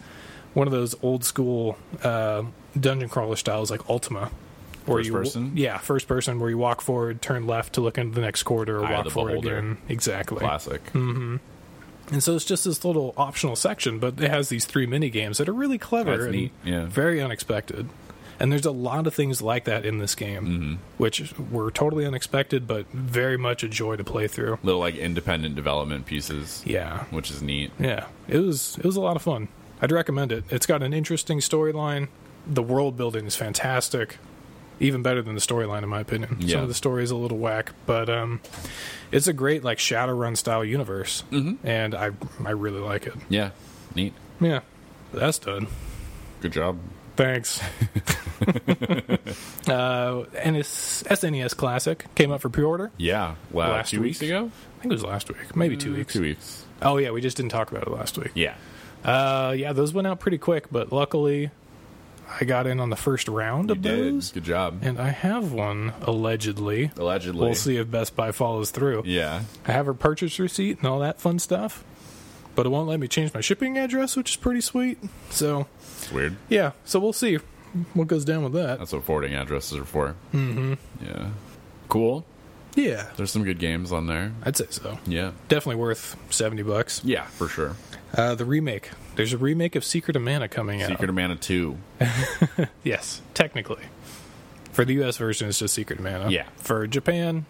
one of those old school uh, dungeon crawler styles like Ultima. where First you, person? Yeah, first person, where you walk forward, turn left to look into the next corridor, or Eye of walk the forward beholder. again. Exactly. Classic. Hmm. And so it's just this little optional section, but it has these three mini games that are really clever That's and neat, yeah. very unexpected. And there's a lot of things like that in this game, Mm-hmm. which were totally unexpected, but very much a joy to play through. Little like independent development pieces. Yeah, Which is neat. yeah, it was it was a lot of fun. I'd recommend it. It's got an interesting storyline. The world building is fantastic, even better than the storyline in my opinion. Some Yeah. of the story is a little whack, but um, it's a great like Shadowrun style universe, mm-hmm. and I I really like it. Yeah. Neat. Yeah, that's done. Good job. Thanks. uh, and it's SNES Classic came up for pre-order. Yeah. Wow. Last Uh, two weeks week? ago? Uh, I think it was last week, maybe two weeks. Two weeks. Oh yeah, we just didn't talk about it last week. Yeah. Uh, yeah, those went out pretty quick, but luckily, I got in on the first round You of did. those, Good job. and I have one allegedly. Allegedly. We'll see if Best Buy follows through. Yeah. I have a purchase receipt and all that fun stuff, but it won't let me change my shipping address, which is pretty sweet. So It's weird. yeah, so we'll see what goes down with that. That's what forwarding addresses are for. Mm-hmm. Yeah. Cool. Yeah, There's some good games on there. I'd say so. Yeah. Definitely worth seventy bucks. Yeah, for sure. Uh, the remake. There's a remake of Secret of Mana coming out. Secret of Mana 2. Yes, technically. For the US version, it's just Secret of Mana. Yeah. For Japan,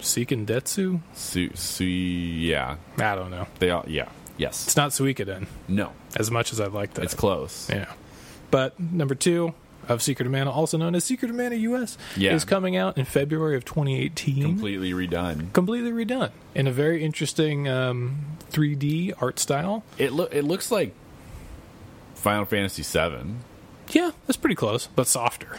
Seikendetsu? Su- su- yeah. I don't know. They all, yeah. Yes. It's not Suikoden, No. as much as I like that. It's close. yeah. But number two of Secret of Mana, also known as Secret of Mana US, Yeah. is coming out in February of 2018. Completely redone. Completely redone in a very interesting um, 3D art style. It lo- it looks like Final Fantasy 7. Yeah, that's pretty close, but softer.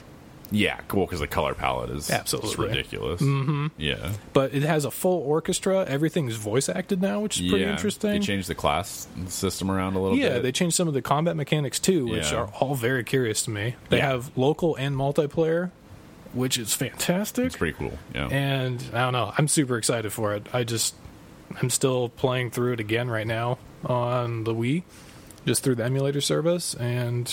Yeah, cool because the color palette is Absolutely. just ridiculous. Mm-hmm. Yeah, But it has a full orchestra. Everything's voice acted now, which is pretty yeah. interesting. They changed the class system around a little Yeah, bit. they changed some of the combat mechanics too, which Yeah. are all very curious to me. They Yeah. have local and multiplayer, which is fantastic. it's pretty cool. Yeah, And I don't know, I'm super excited for it. I just I'm still playing through it again right now on the Wii, just through the emulator service, and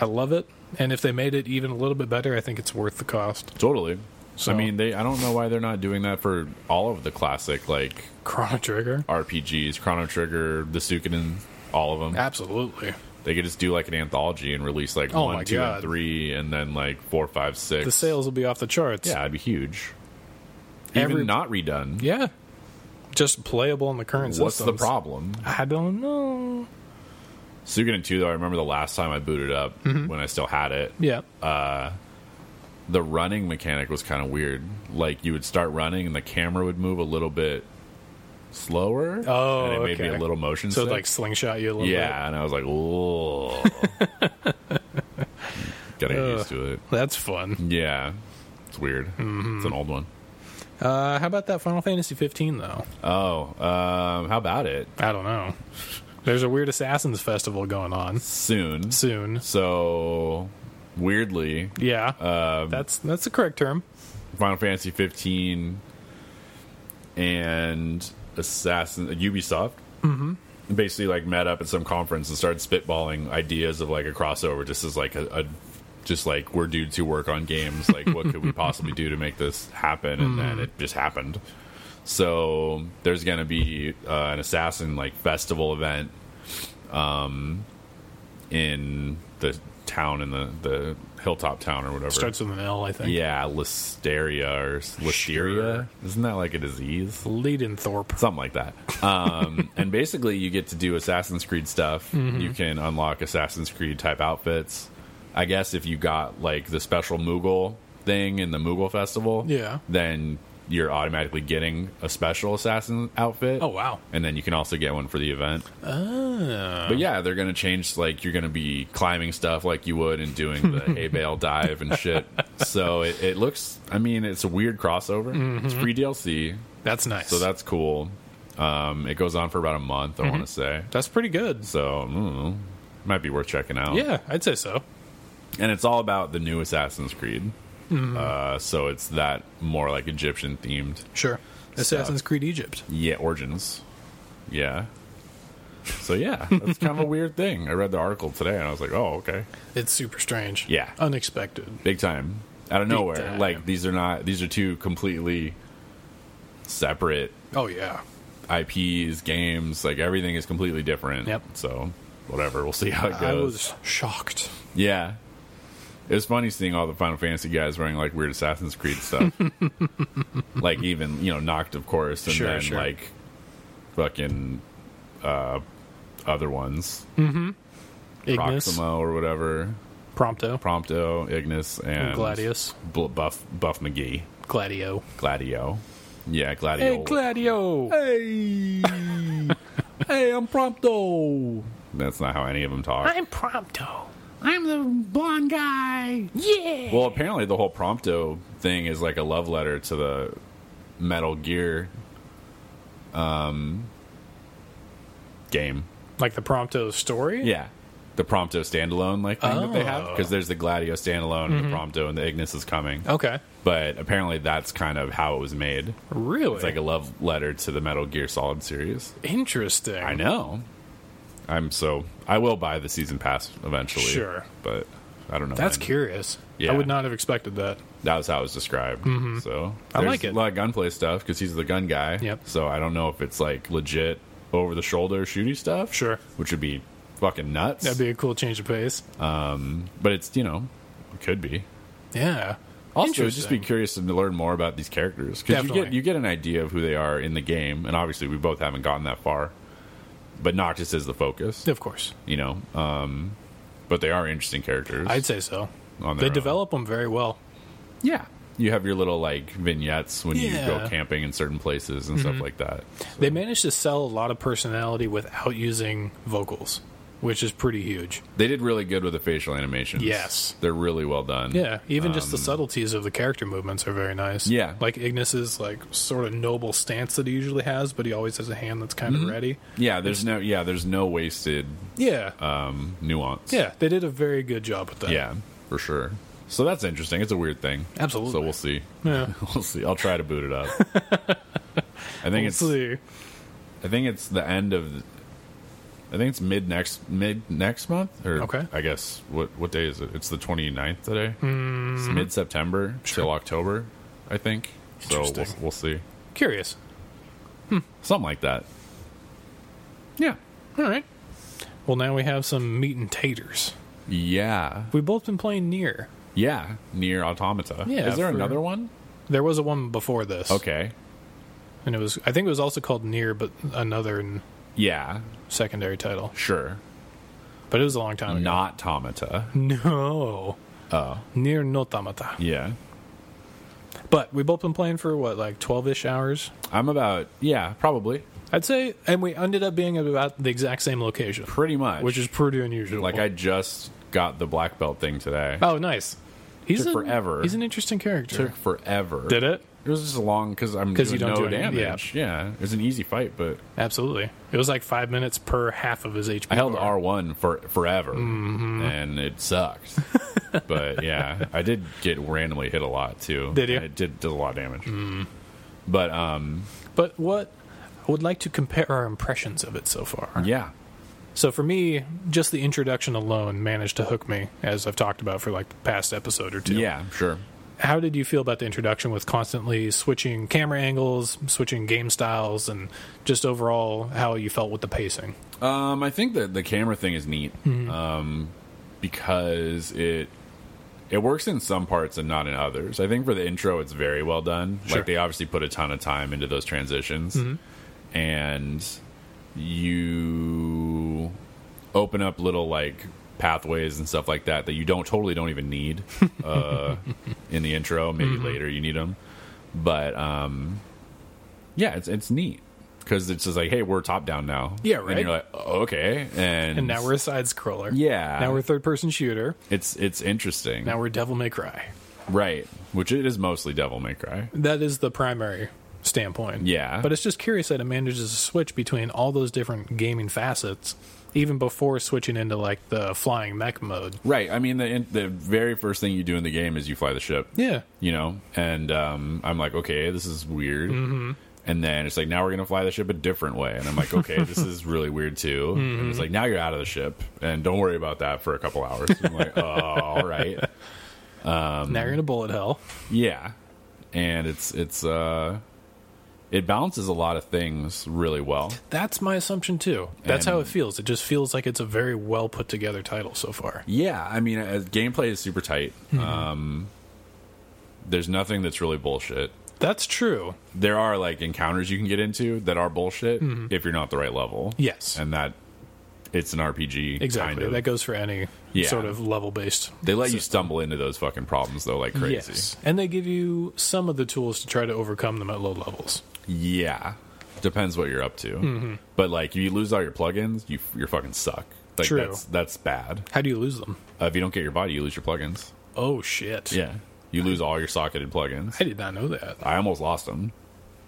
I love it. And if they made it even a little bit better, I think it's worth the cost. totally. So- I mean, they. I don't know why they're not doing that for all of the classic like Chrono Trigger, RPGs, Chrono Trigger, the Suikoden, all of them. absolutely. They could just do like an anthology and release like Oh one, my two, God. and three, and then like four, five, six. The sales will be off the charts. Yeah, it'd be huge. Every- Even not redone. yeah. Just playable in the current What's the systems. problem? I don't know. Suikoden 2, though, I remember the last time I booted up Mm-hmm. when I still had it. Yeah. the running mechanic was kind of weird. Like you would start running and the camera would move a little bit slower. Oh, and it made me okay. a little motion So it, sick. like slingshot you a little yeah, bit. and I was like, oh, gotta get used to it. That's fun. Yeah, it's weird. Mm-hmm. It's an old one. Uh, how about that Final Fantasy 15 though? Oh, um, how about it? I don't know. There's a weird Assassin's Festival going on Soon. soon. So weirdly, Yeah. Um, that's that's the correct term. Final Fantasy 15 and Assassin uh, Ubisoft basically like met up at some conference and started spitballing ideas of like a crossover just as like a, a just like we're dudes who work on games like what could we possibly do to make this happen and then it just happened so there's gonna be uh, an assassin like festival event um in the town in the the hilltop town or whatever Starts with an L, I think. yeah, listeria or s- listeria. Isn't that like a disease? Leidenthorpe. Something like that. Um, and basically, you get to do Assassin's Creed stuff. Mm-hmm. You can unlock Assassin's Creed type outfits. I guess if you got like the special Moogle thing in the Moogle Festival, Yeah. then you're automatically getting a special assassin outfit. Oh wow. And then you can also get one for the event. Uh, But yeah, they're gonna change. Like you're gonna be climbing stuff like you would and doing the hay bale dive and shit. So it, it looks. I mean, it's a weird crossover. It's free DLC, that's nice. so that's cool. Um, it goes on for about a month, I want to say. that's pretty good. So I don't know. might be worth checking out. Yeah, I'd say so. and it's all about the new Assassin's Creed. Uh, so it's that more like Egyptian themed. Sure. Assassin's Creed Egypt. Yeah, origins. Yeah. So yeah, that's kind of a weird thing. I read the article today and I was like, oh, okay, It's super strange. Yeah. Unexpected. big time, out of nowhere. time. Like these are not these are two completely separate Oh, yeah. IPs, games. Like everything is completely different. Yep. So whatever, we'll see how it goes. I was shocked. Yeah. It was funny seeing all the Final Fantasy guys wearing like weird Assassin's Creed stuff. like even, you know, Knocked of course, and Sure, then sure. like fucking uh other ones. Ignis, Proximo or whatever. Prompto, Prompto, Ignis and Gladius, Bl- Buff Buff McGee. Gladio. Gladio. Yeah, Gladio. Gladio! hey. hey, I'm Prompto. That's not how any of them talk. Prompto. I'm the blonde guy. Yeah! Well, apparently the whole Prompto thing is like a love letter to the Metal Gear um game. Like the Prompto story? Yeah. The Prompto standalone like thing that they have Oh. Mm-hmm. because there's the Gladio standalone and the Prompto and the Ignis is coming. Okay. But apparently that's kind of how it was made. Really? It's like a love letter to the Metal Gear Solid series. Interesting. I know. I'm so I will buy the season pass eventually. Sure. But I don't know. That's when. curious. Yeah. I would not have expected that. That was how it was described. So Mm-hmm. I there's like it. A lot of gunplay stuff because he's the gun guy. Yep. So I don't know if it's like legit over the shoulder shooty stuff. Sure. Which would be fucking nuts. That'd be a cool change of pace. but it's you know, it could be. yeah. Also, I'd just be Interesting. curious to learn more about these characters because you get Definitely. you get an idea of who they are in the game, and obviously we both haven't gotten that far. But Noctis is the focus, Of course. you know. Um, but they are interesting characters. I'd say so. On They their own. develop them very well. yeah, you have your little like vignettes when you go Yeah. Mm-hmm. camping in certain places and stuff like that. They managed to sell a lot of personality without using vocals, which is pretty huge. They did really good with the facial animations. Yes. They're really well done. Yeah, even just the subtleties of the character movements are very nice. Um, Yeah. like Ignis's like sort of noble stance that he usually has, but he always has a hand that's kind Mm-hmm. of ready. Yeah, there's no yeah, there's no wasted Yeah, um nuance. yeah, they did a very good job with that. Yeah, for sure. So that's interesting. It's a weird thing. Absolutely. So we'll see. yeah. We'll see. I'll try to boot it up. I think Let's it's see. I think it's the end of the- I think it's mid next mid next month or Okay. I guess what what day is it? It's the 29th today. Hmm. It's mid September till October, I think. So we'll, Interesting. we'll see. Curious. Something like that. Yeah. All right. Well, now we have some meat and taters. Yeah. We've both been playing near. Yeah. Near Automata. Yeah, Is there for- another one? There was a one before this, Okay. and it was I think it was also called near, but another n- Yeah. secondary title. Sure. But it was a long time ago. Not Automata. No. Oh. Near Notamata. Yeah. But we've both been playing for what, like 12 ish hours? I'm about, yeah, probably. I'd say. And we ended up being at about the exact same location, Pretty much. which is pretty unusual. like I just got the black belt thing today. Oh, nice. He's Took an- forever. He's an interesting character. took forever. Did it? It was just long because I'm 'Cause doing you don't no do any- damage. Yeah. It was an easy fight, but Absolutely. It was like five minutes per half of his HP. I held bar. R1 for forever Mm-hmm. and it sucked. but yeah, I did get randomly hit a lot too. Did you? Mm. And it did, did a lot of damage. But um, But what I would like to compare our impressions of it so far. yeah. So for me, just the introduction alone managed to hook me, as I've talked about for like the past episode or two. Yeah, sure. how did you feel about the introduction with constantly switching camera angles, switching game styles, and just overall how you felt with the pacing? Um, I think that the camera thing is neat Hmm. um, because it it works in some parts and not in others. I think for the intro, it's very well done. Sure. Like they obviously put a ton of time into those transitions, Mm-hmm. and you open up little like pathways and stuff like that that you don't totally don't even need uh, in the intro. Maybe Mm-hmm. later you need them, but um, yeah, it's it's neat. Because it's just like, hey, we're top down now. Yeah, And right. you're like, oh, okay, and, And now we're a side scroller. Yeah. Now we're third person shooter. it's it's interesting, Now we're Devil May Cry. right? Which it is mostly Devil May Cry. That is the primary standpoint. Yeah. But it's just curious that it manages to switch between all those different gaming facets, even before switching into like the flying mech mode. Right. I mean, the in, the very first thing you do in the game is you fly the ship. Yeah. Mm-hmm. You know, and um, I'm like, okay, this is weird. And then it's like, now we're going to fly the ship a different way. And I'm like, okay, this is really weird too. And Mm-hmm. it's like, now you're out of the ship and don't worry about that for a couple hours. I'm like, oh, all right. Um, now you're in a bullet hell. Yeah. And it's, it's, uh, it balances a lot of things really well. That's my assumption too. That's how And- it feels. It just feels like it's a very well put together title so far. Yeah, I mean, uh, gameplay is super tight. Mm-hmm. Um, there's nothing that's really bullshit. That's true. There are like encounters you can get into that are bullshit if you're not the right level. Mm-hmm. Yes. and that it's an RPG. Exactly. Kind of. That goes for any Yeah. sort of level based. they let you stumble into those fucking problems though, like crazy. Yes. And they give you some of the tools to try to overcome them at low levels. Yeah, depends what you're up to. Mm-hmm. But like, if you lose all your plugins, you you're fucking suck. Like True. that's that's bad. How do you lose them? Uh, if you don't get your body, you lose your plugins. Oh shit. Yeah, you lose all your socketed plugins. I did not know that. I almost lost them.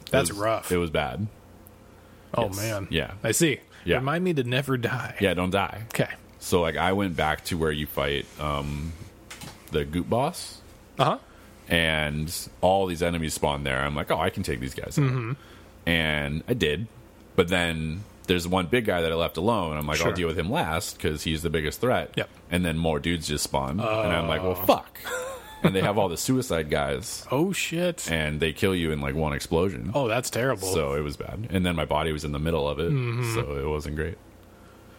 It That's was- rough. It was bad. oh yes. man. Yeah. I see. Yeah. Remind me to never die. Yeah, don't die. Okay. So like I went back to where you fight um the goop boss Uh huh. and all these enemies spawn there. I'm like, oh I can take these guys out. Mm-hmm. And I did. But then there's one big guy that I left alone. and I'm like, Sure. I'll deal with him last because he's the biggest threat. Yep. Uh. And then more dudes just spawn. and I'm like, well, fuck. and they have all the suicide guys Oh shit. and they kill you in like one explosion. oh, that's terrible. So it was bad. And then my body was in the middle of it. Mm-hmm. So it wasn't great.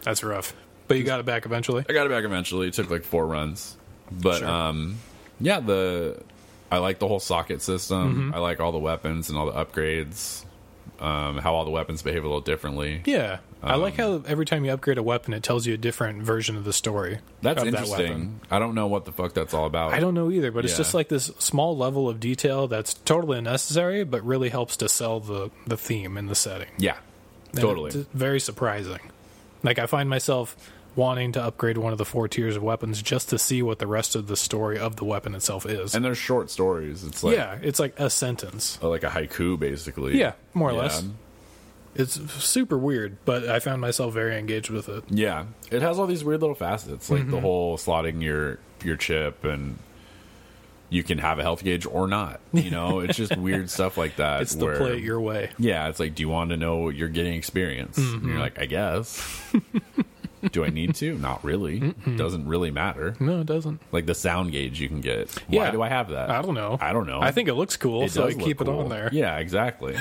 that's rough. But you got it back eventually. I got it back eventually. It took like four runs, but Sure. um, yeah, the I like the whole socket Mm-hmm. system. I like all the weapons and all the upgrades. Um, how all the weapons behave a little differently. Yeah. I Um, like how every time you upgrade a weapon, it tells you a different version of the story. That's of that weapon. interesting. I don't know what the fuck that's all about. I don't know either, but it's Yeah. just like this small level of detail that's totally unnecessary, but really helps to sell the, the theme and the setting. Yeah, And totally. it's very surprising. Like, I find myself wanting to upgrade one of the four tiers of weapons just to see what the rest of the story of the weapon itself is. and they're short stories. It's like uh, yeah, it's like a sentence. like a haiku, basically. Yeah, more or less. Yeah. It's super weird, but I found myself very engaged with it. Yeah, it has all these weird little facets, like Mm-hmm. the whole slotting your your chip, and you can have a health gauge or not. You know, it's just weird stuff like that. It's the where- play it your way. Yeah, it's like, do you want to know you're getting experience? And Mm-hmm. you're like, I guess. do I need to? Not really. Doesn't really matter. No, it doesn't. Like the sound gauge you can get. Why Yeah. do I have that? I don't know. I don't know. I think it looks cool, It so I does look keep it cool. on there. Yeah, exactly.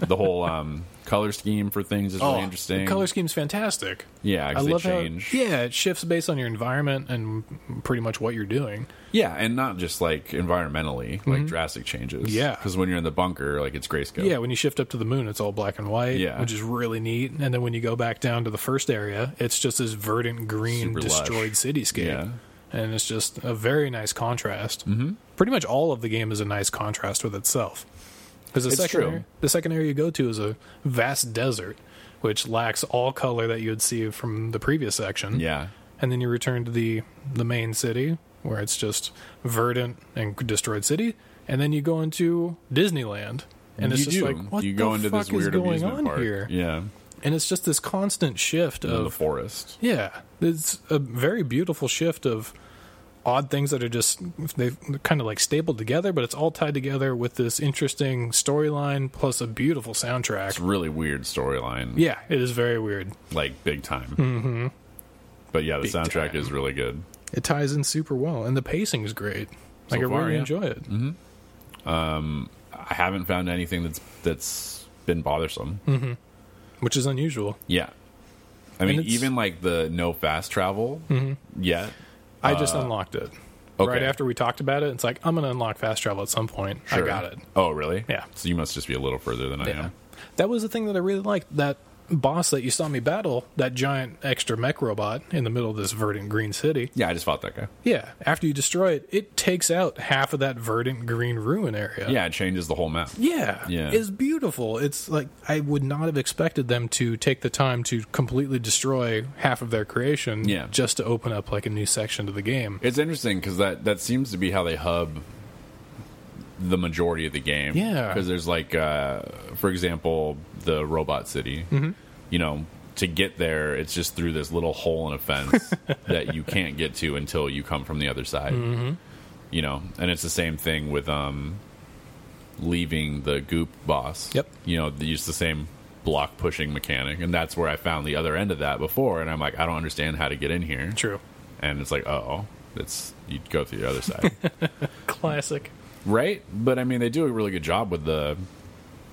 the whole um, color scheme for things is really interesting. Oh, The color scheme's fantastic. Yeah, I 'cause they love change. how yeah it shifts based on your environment and pretty much what you're doing. Yeah, and not just like environmentally, like drastic changes. Mm-hmm. Yeah. because when you're in the bunker, like it's grayscale. Yeah, when you shift up to the moon, it's all black and white, Yeah. which is really neat. And then when you go back down to the first area, it's just this verdant green Super lush. destroyed cityscape. Yeah. And it's just a very nice contrast. Mm-hmm. Pretty much all of the game is a nice contrast with itself. Because the It's second true. area- the second area you go to is a vast desert, which lacks all color that you would see from the previous section. yeah, and then you return to the the main city where it's just verdant and destroyed city and then you go into disneyland and it's You just do. like what you the go into fuck this weird is going amusement on park. here Yeah, and it's just this constant shift in the of forest. yeah it's a very beautiful shift of odd things that are just they've kind of like stapled together but it's all tied together with this interesting storyline plus a beautiful soundtrack It's a really weird storyline. yeah it is very weird like big time. Mm-hmm. But yeah, the soundtrack time. is really good. it ties in super well and the pacing is great like i far, really yeah. enjoy it I haven't found anything that's that's been bothersome. Hmm. which is unusual Yeah, I mean, it's- Mm-hmm. even like the no fast travel. Yeah, I just unlocked it. Uh, okay. Right after we talked about it, it's like I'm gonna unlock fast travel at some point. I got it. Oh, really? Yeah. So you must just be a little further than I Yeah. am. That was the thing that I really liked. That boss that you saw me battle, that giant extra mech robot in the middle of this verdant green city. Yeah, I just fought that guy. Yeah. After you destroy it, it takes out half of that verdant green ruin area. Yeah, it changes the whole map. Yeah. Yeah. It's beautiful. It's like I would not have expected them to take the time to completely destroy half of their creation Yeah. just to open up like a new section to the game. It's interesting because that that seems to be how they hub the majority of the game. Yeah. because there's like, uh, for example, the robot city. Mm-hmm. You know, to get there, it's just through this little hole in a fence that you can't get to Mm-hmm. until you come from the other side. You know, and it's the same thing with um, leaving the Goop boss. Yep. You know, they use the same block pushing mechanic, and that's where I found the other end of that before. And I'm like, I don't understand how to get in here. True. And it's like, oh, it's you go through the other side, Classic. right? But I mean, they do a really good job with the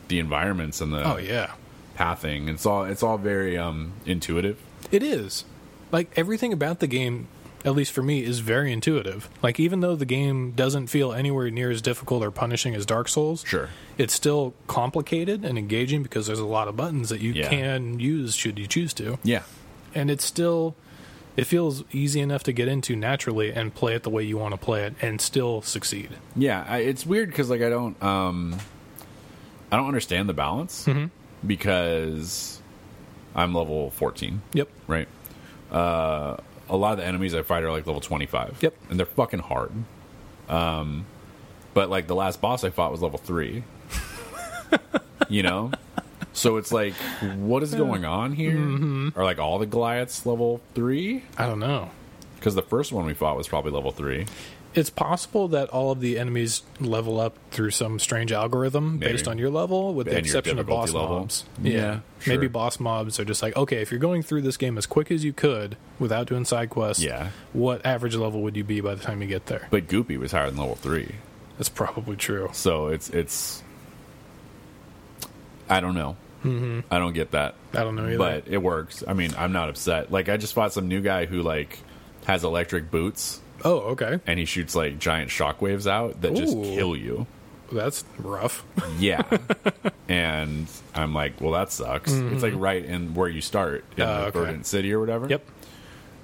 the environments and the Oh yeah. pathing. It's all it's all very um intuitive. It is. Like everything about the game, at least for me, is very intuitive. Like even though the game doesn't feel anywhere near as difficult or punishing as Dark Souls, Sure. it's still complicated and engaging because there's a lot of buttons that you Yeah. can use should you choose to. Yeah. And it's still it feels easy enough to get into naturally and play it the way you want to play it and still succeed. Yeah, I, it's weird because like I don't, um, I don't understand the balance Mm-hmm. because I'm level fourteen, Yep. right? Uh, a lot of the enemies I fight are like level twenty five. Yep. and they're fucking hard. Um, but like the last boss I fought was level three. you know, so it's like, what is going on here? Are like all the Goliaths level three? I don't know. Because the first one we fought was probably level three. It's possible that all of the enemies level up through some strange algorithm Maybe. based on your level, with the And your exception of difficulty boss level. mobs. Yeah, sure. Maybe boss mobs are just like, okay, if you're going through this game as quick as you could without doing side quests, Yeah. what average level would you be by the time you get there? But Goopy was higher than level three. That's probably true. So it's it's. I don't know. Mm-hmm. I don't get that, I don't know either. but it works. I mean, I'm not upset. Like I just fought some new guy who like has electric boots oh, okay. and he shoots like giant shockwaves out that just Ooh. kill you. That's rough. Yeah, and I'm like, well, that sucks. It's like right in where you start in Mm-hmm. Oh, the okay. Verdant City or whatever. yep.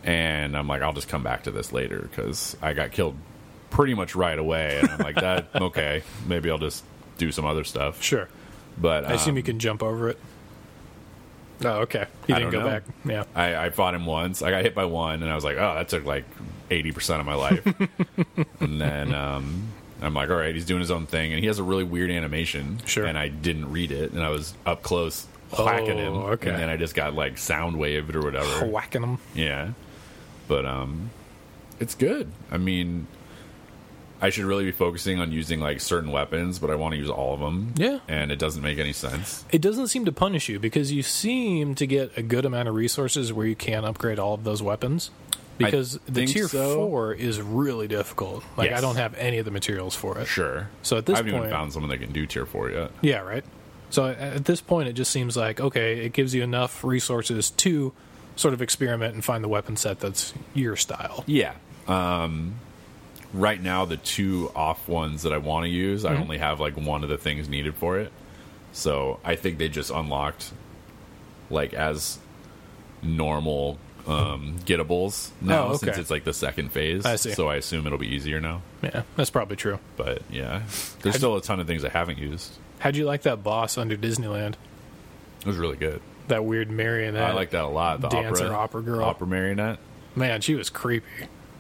and I'm like, I'll just come back to this later because I got killed pretty much right away, and I'm like, that okay, maybe I'll just do some other stuff. Sure. But I assume um, you can jump over it. Oh, okay. He I didn't go don't know. back. Yeah. I, I fought him once. I got hit by one, and I was like, oh, that took like eighty percent of my life. and then um, I'm like, all right, he's doing his own thing, and he has a really weird animation. Sure. And I didn't read it, and I was up close whacking him, Oh, okay. Oh. and then I just got like sound waved or whatever. Whacking them. Yeah. But um it's good. I mean I should really be focusing on using like certain weapons, but I want to use all of them. Yeah. And it doesn't make any sense. it doesn't seem to punish you because you seem to get a good amount of resources where you can upgrade all of those weapons. Because the think tier so. four is really difficult. Like Yes. I don't have any of the materials for it. Sure. So at this I haven't point- even found someone that can do tier four yet. Yeah, right. So a- at this point, it just seems like okay, it gives you enough resources to sort of experiment and find the weapon set that's your style. Yeah. Um right now the two off ones that I want to use, Mm-hmm. I only have like one of the things needed for it. So I think they just unlocked like as normal um gettables now Oh, since okay. it's like the second phase. I see. So I assume it'll be easier now. Yeah, that's probably true. But yeah. There's still a ton of things I haven't used. How'd you like that boss under Disneyland? It was really good. That weird marionette. I like that a lot. The Dancer, opera, opera girl. opera marionette, Man, she was creepy,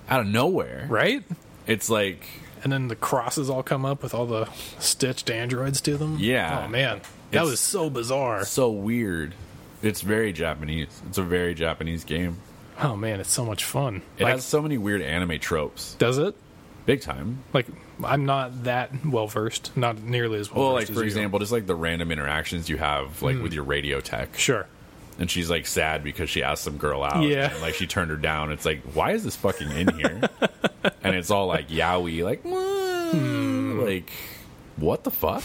out of nowhere. right? It's like and then the crosses all come up with all the stitched androids to them. Yeah. Oh man, that It's- was so bizarre. so weird. It's very Japanese. It's a very Japanese game. Oh man, it's so much fun. It like, has so many weird anime tropes, does it? big time. Like, I'm not that well versed. Not nearly as well. Well, like for versed as you. Hmm. example, just like the random interactions you have, like with your radio tech, sure. and she's like sad because she asked some girl out, Yeah. and, like she turned her down. It's like, why is this fucking in here? and it's all like yaoi, like Hmm. like what the fuck?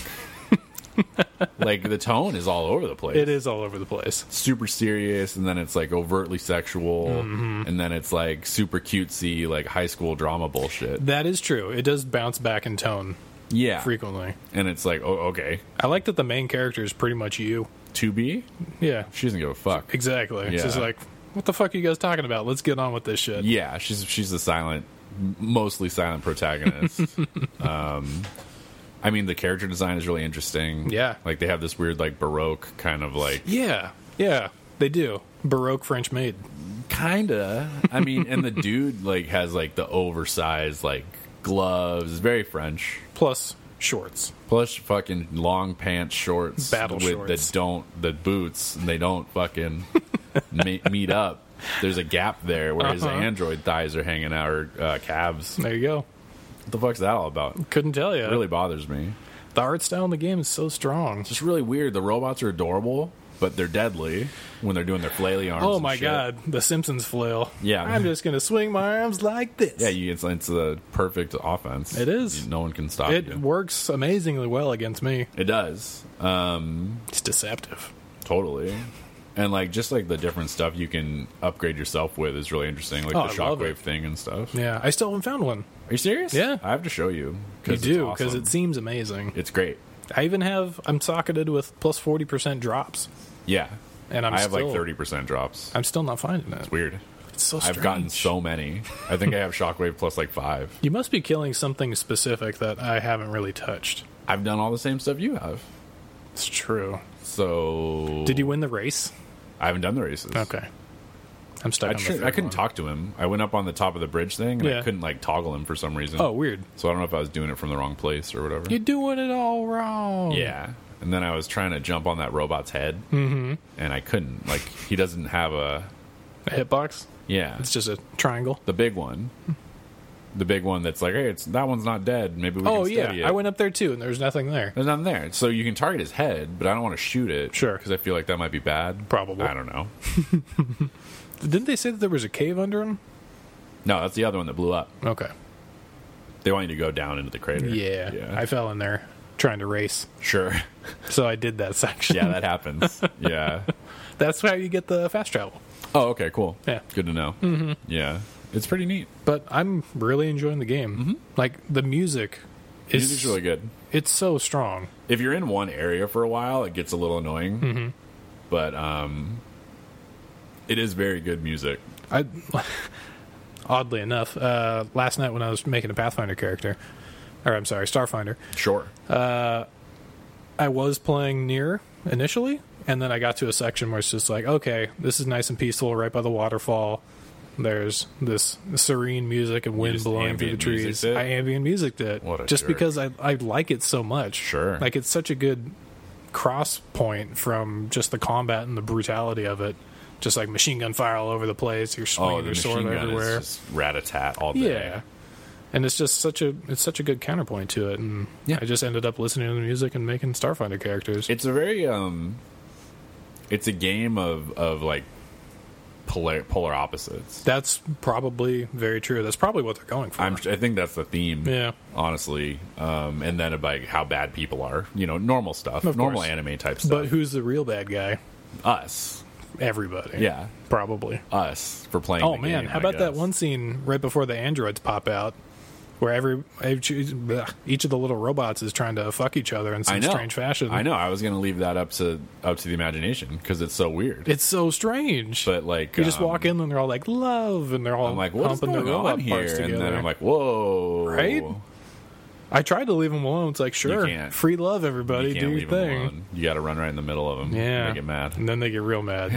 like the tone is all over the place. It is all over the place. super serious and then it's like overtly sexual and then it's like super cutesy like high school drama bullshit That is true. It does bounce back in tone yeah frequently. and it's like oh okay I like that the main character is pretty much you. to be Yeah, she doesn't give a fuck exactly. It's just Yeah. like, what the fuck are you guys talking about? Let's get on with this shit. yeah she's she's the silent mostly silent protagonist um i mean the character design is really interesting Yeah. like they have this weird like baroque kind of like Yeah, yeah, they do. Baroque French maid. kinda i mean and the dude like has like the oversized like gloves very french plus shorts. plus fucking long pants shorts Battle with shorts. that don't the boots and they don't fucking me- meet up there's a gap there where his Uh-huh. android thighs are hanging out or uh, calves There you go. what the fuck's that all about Couldn't tell you. it really bothers me The art style in the game is so strong. It's really weird. The robots are adorable, but they're deadly when they're doing their flaily arms. Oh and my shit. god, the Simpsons flail. Yeah. I'm just gonna swing my arms like this. Yeah, you, it's, it's a perfect offense. It is. You- no one can stop it you. works amazingly well against me. it does. Um, It's deceptive. totally. And like just like the different stuff you can upgrade yourself with is really interesting, like Oh, the I love shockwave it. thing and stuff. Yeah, I still haven't found one. Are you serious? Yeah. I have to show you. You do because awesome. it seems amazing. it's great. I even have I'm socketed with plus forty percent drops. Yeah, And I'm I have like still- thirty percent drops. I'm still not finding it. It's weird. It's so strange. I've gotten so many. I think I have shockwave plus like five. You must be killing something specific that I haven't really touched. I've done all the same stuff you have. It's true. So Did you win the race? I haven't done the races. Okay. I'm stuck. I, on the tr- third I couldn't one. talk to him. I went up on the top of the bridge thing and I Yeah. couldn't like toggle him for some reason. Oh, weird. So I don't know if I was doing it from the wrong place or whatever. You're doing it all wrong. yeah. And then I was trying to jump on that robot's head mm-hmm. and I couldn't. Like he doesn't have a A hitbox. yeah. It's just a triangle. the big one. The big one that's like, hey, it's that one's not dead. Maybe we Oh can yeah, steady it. I went up there too, and there's nothing there. There's nothing there. So you can target his head, but I don't want to shoot it. Sure. Because I feel like that might be bad. Probably. I don't know. Didn't they say that there was a cave under him? No, that's the other one that blew up. Okay. They want you to go down into the crater. Yeah. Yeah. I fell in there trying to race, sure. so I did that section. Yeah, that happens. yeah. that's how you get the fast travel. Oh, okay, cool. Yeah. Good to know. Mm-hmm. Yeah. It's pretty neat. But I'm really enjoying the game. Like the music is Music's really good. It's so strong. If you're in one area for a while, it gets a little annoying. Mm-hmm. But um, it is very good music. I oddly enough, uh, last night when I was making a Pathfinder character, or I'm sorry, Starfinder, Sure. I was playing near initially, and then I got to a section where it's just like, okay, this is nice and peaceful, right by the waterfall. There's this serene music and wind just blowing through the ambient music trees. it? I ambient music it What a just jerk. because I I like it so much. Sure. like it's such a good cross point from just the combat and the brutality of it. Just like machine gun fire all over the place, you're swinging oh, the your sword machine gun everywhere. is just rat-a-tat all day. Yeah. And it's just such a it's such a good counterpoint to it, and Yeah. I just ended up listening to the music and making Starfinder characters. It's a very um, it's a game of of like polar polar opposites. That's probably very true. That's probably what they're going for. I'm, I think that's the theme. Yeah. Honestly, um, and then about how bad people are. You know, normal stuff, Of normal course. anime type but stuff. who's the real bad guy? us, Everybody. yeah, Probably. us for playing. Oh the man, game, how I about that guess. one scene right before the androids pop out, where every each blech, each of the little robots is trying to fuck each other in I some know. strange fashion. I know. I was going to leave that up to up to the imagination because it's so weird. It's so strange. but like you just um, walk in and they're all like love, and they're all I'm like, what's pumping their going robot on parts here? And together. then I'm like, whoa, Right? I tried to leave him alone. It's like, sure, can't. free love, everybody, You do can't your leave them thing. alone. You got to run right in the middle of them. Yeah, they get mad. and then they get real mad,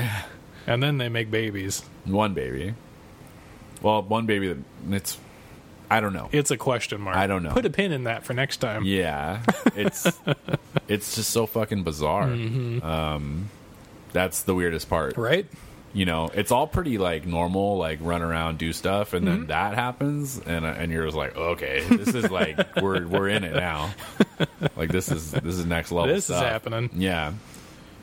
and then they make babies. One baby. Well, one baby that it's. I don't know. It's a question mark. I don't know. Put a pin in that for next time. yeah, it's it's just so fucking bizarre. Um, Mm-hmm. that's the weirdest part. Right? You know, it's all pretty like normal, like run around, do stuff, and Mm-hmm. then that happens, and uh, and you're just like, okay, this is like we're we're in it now. Like this is this is next level. This is stuff. happening. Yeah.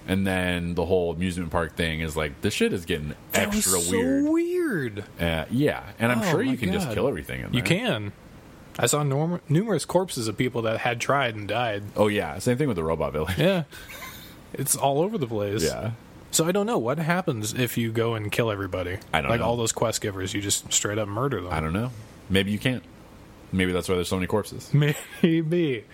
And then the whole amusement park thing is like this shit is getting That was extra so weird. weird. Uh, yeah, and I'm Oh, sure my you can just God. kill everything in there. You can. I saw norm- numerous corpses of people that had tried and died. Oh yeah, same thing with the robot village. Yeah. it's all over the place. yeah, So I don't know what happens if you go and kill everybody. I don't like know. all those quest givers, you just straight up murder them. I don't know. Maybe you can't. Maybe that's why there's so many corpses. Maybe.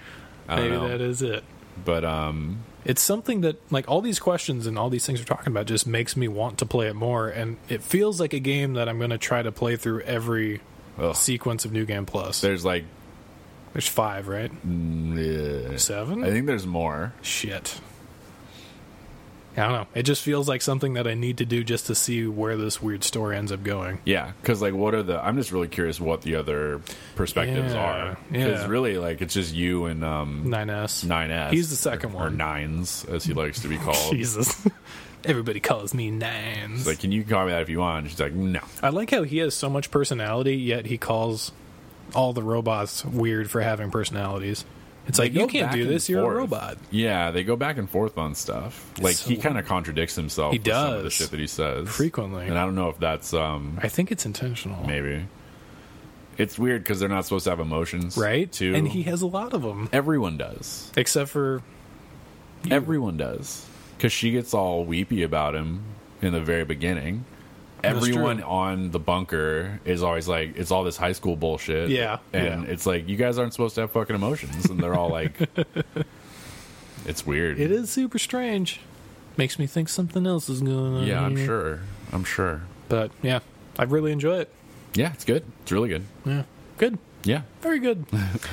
I don't Maybe know. that is it. But um, it's something that like all these questions and all these things we're talking about just makes me want to play it more and it feels like a game that i'm going to try to play through every Ugh. sequence of new game plus there's like, there's five right eh, seven I think there's more. shit i don't know it just feels like something that i need to do just to see where this weird story ends up going Yeah, because like, what are the? I'm just really curious what the other perspectives Yeah, are. yeah. really, like, it's just you and um 9s 9s. he's the second or one nines, as he likes to be called. It's jesus everybody calls me nines like, can you call me that if you want? And she's like, no. I like how he has so much personality, yet he calls all the robots weird for having personalities. It's They like go you can't back do and this. You're forth. a robot. Yeah, they go back and forth on stuff. like so he kind of contradicts himself. He with some of the does. shit that he says Frequently. and I don't know if that's um I think it's intentional, maybe. It's weird because they're not supposed to have emotions, right? Too, And he has a lot of them, everyone does. except for Everyone does. Because she gets all weepy about him in the very beginning. That's Everyone true. on the bunker is always like, it's all this high school bullshit. Yeah, And yeah. it's like, you guys aren't supposed to have fucking emotions. And they're all like, it's weird. it is super strange. Makes me think something else is going on. Yeah, I'm here. sure. I'm sure. But yeah, I really enjoy it. Yeah, it's good. It's really good. Yeah, good. Yeah. Very good.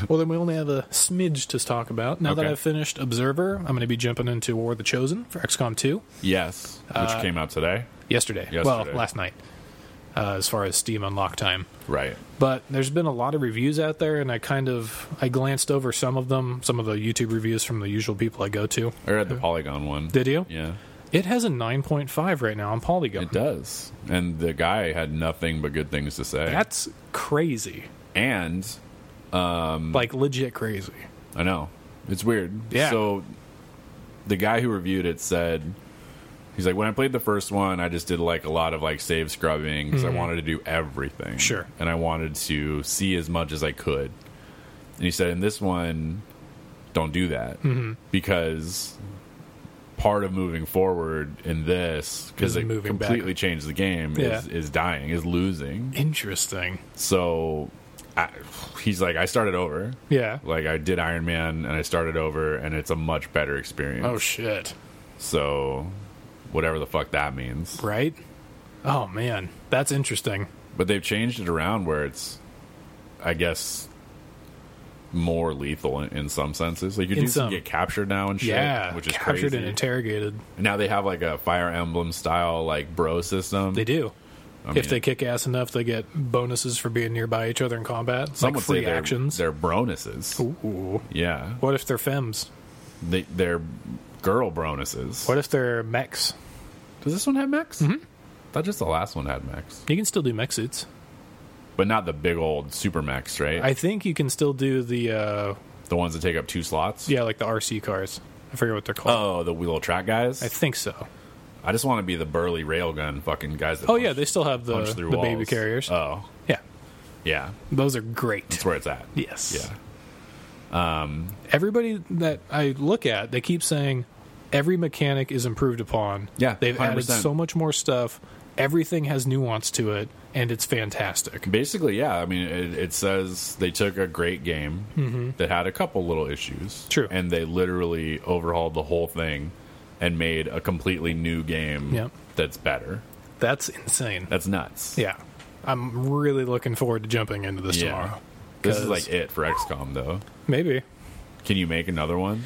well, then we only have a smidge to talk about. Now that Okay. I've finished Observer, I'm going to be jumping into War of the Chosen for XCOM 2 Yes. Which Uh, came out today. yesterday. Well, Yesterday. last night, uh, as far as Steam unlock time. Right. But there's been a lot of reviews out there, and I kind of I glanced over some of them, some of the YouTube reviews from the usual people I go to. I read the Polygon one. uh, Did you? Yeah. It has a 9.5 right now on Polygon. It does. And the guy had nothing but good things to say. That's crazy. and Mm. Like legit crazy. I know. It's weird. Yeah. So the guy who reviewed it said he's like when I played the first one, I just did like a lot of like save scrubbing because I wanted to do everything. Mm-hmm. Sure. And I wanted to see as much as I could. And he said in this one don't do that Mm-hmm. because part of moving forward in this because Is it moving back. completely changed the game is, Yeah. is dying is losing Interesting. so I, he's like i started over Yeah. like I did Iron Man and I started over and it's a much better experience. Oh shit. so whatever the fuck that means. Right? Oh man, that's interesting. But they've changed it around where it's I guess more lethal in, in some senses. Like your In dudes some. can get captured now and shit, yeah. which is captured crazy. and interrogated. now they have like a Fire Emblem style like bro system. They do. I if mean, they kick ass enough, they get bonuses for being nearby each other in combat. some like would say free they're, actions. they're bronuses. Ooh. Yeah. What if they're femmes? They, they're girl bronuses. What if they're mechs? Does this one have mechs? Mm-hmm. thought just the last one had mechs. You can still do mech suits. but not the big old super max, right? I think you can still do the uh the ones that take up two slots. yeah, like the RC cars. I forget what they're called. Oh, the wheel track guys. I, I think so. just want to be the burly railgun fucking guys. That Oh punch- yeah, they still have the, punch through the baby walls. carriers. Oh, yeah, yeah, those are great. that's where it's at. yes. Yeah, Everybody that I look at, they keep saying every mechanic is improved upon. Yeah, They've added 100%. so much more stuff. Everything has nuance to it, and it's fantastic. basically, yeah. I mean, it, it says they took a great game that had a couple little issues, Mm-hmm. True. and they literally overhauled the whole thing and made a completely new game Yep. that's better. That's insane. That's nuts. yeah. I'm really looking forward to jumping into this Yeah. tomorrow. This is 'Cause- like it for XCOM, though. Maybe. Can you make another one?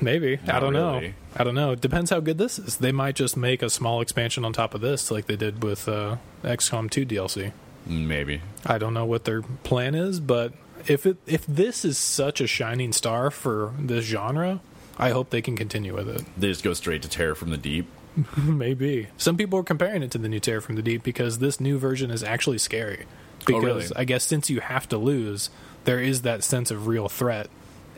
Maybe. I Not don't know. really. I don't know. It depends how good this is. They might just make a small expansion on top of this, like they did with uh, XCOM 2 DLC. Maybe. I don't know what their plan is, but if it if this is such a shining star for this genre, I hope they can continue with it. They just go straight to Terror from the Deep. Maybe some people are comparing it to the new Terror from the Deep because this new version is actually scary. Oh, Because really? I guess since you have to lose, there is that sense of real threat,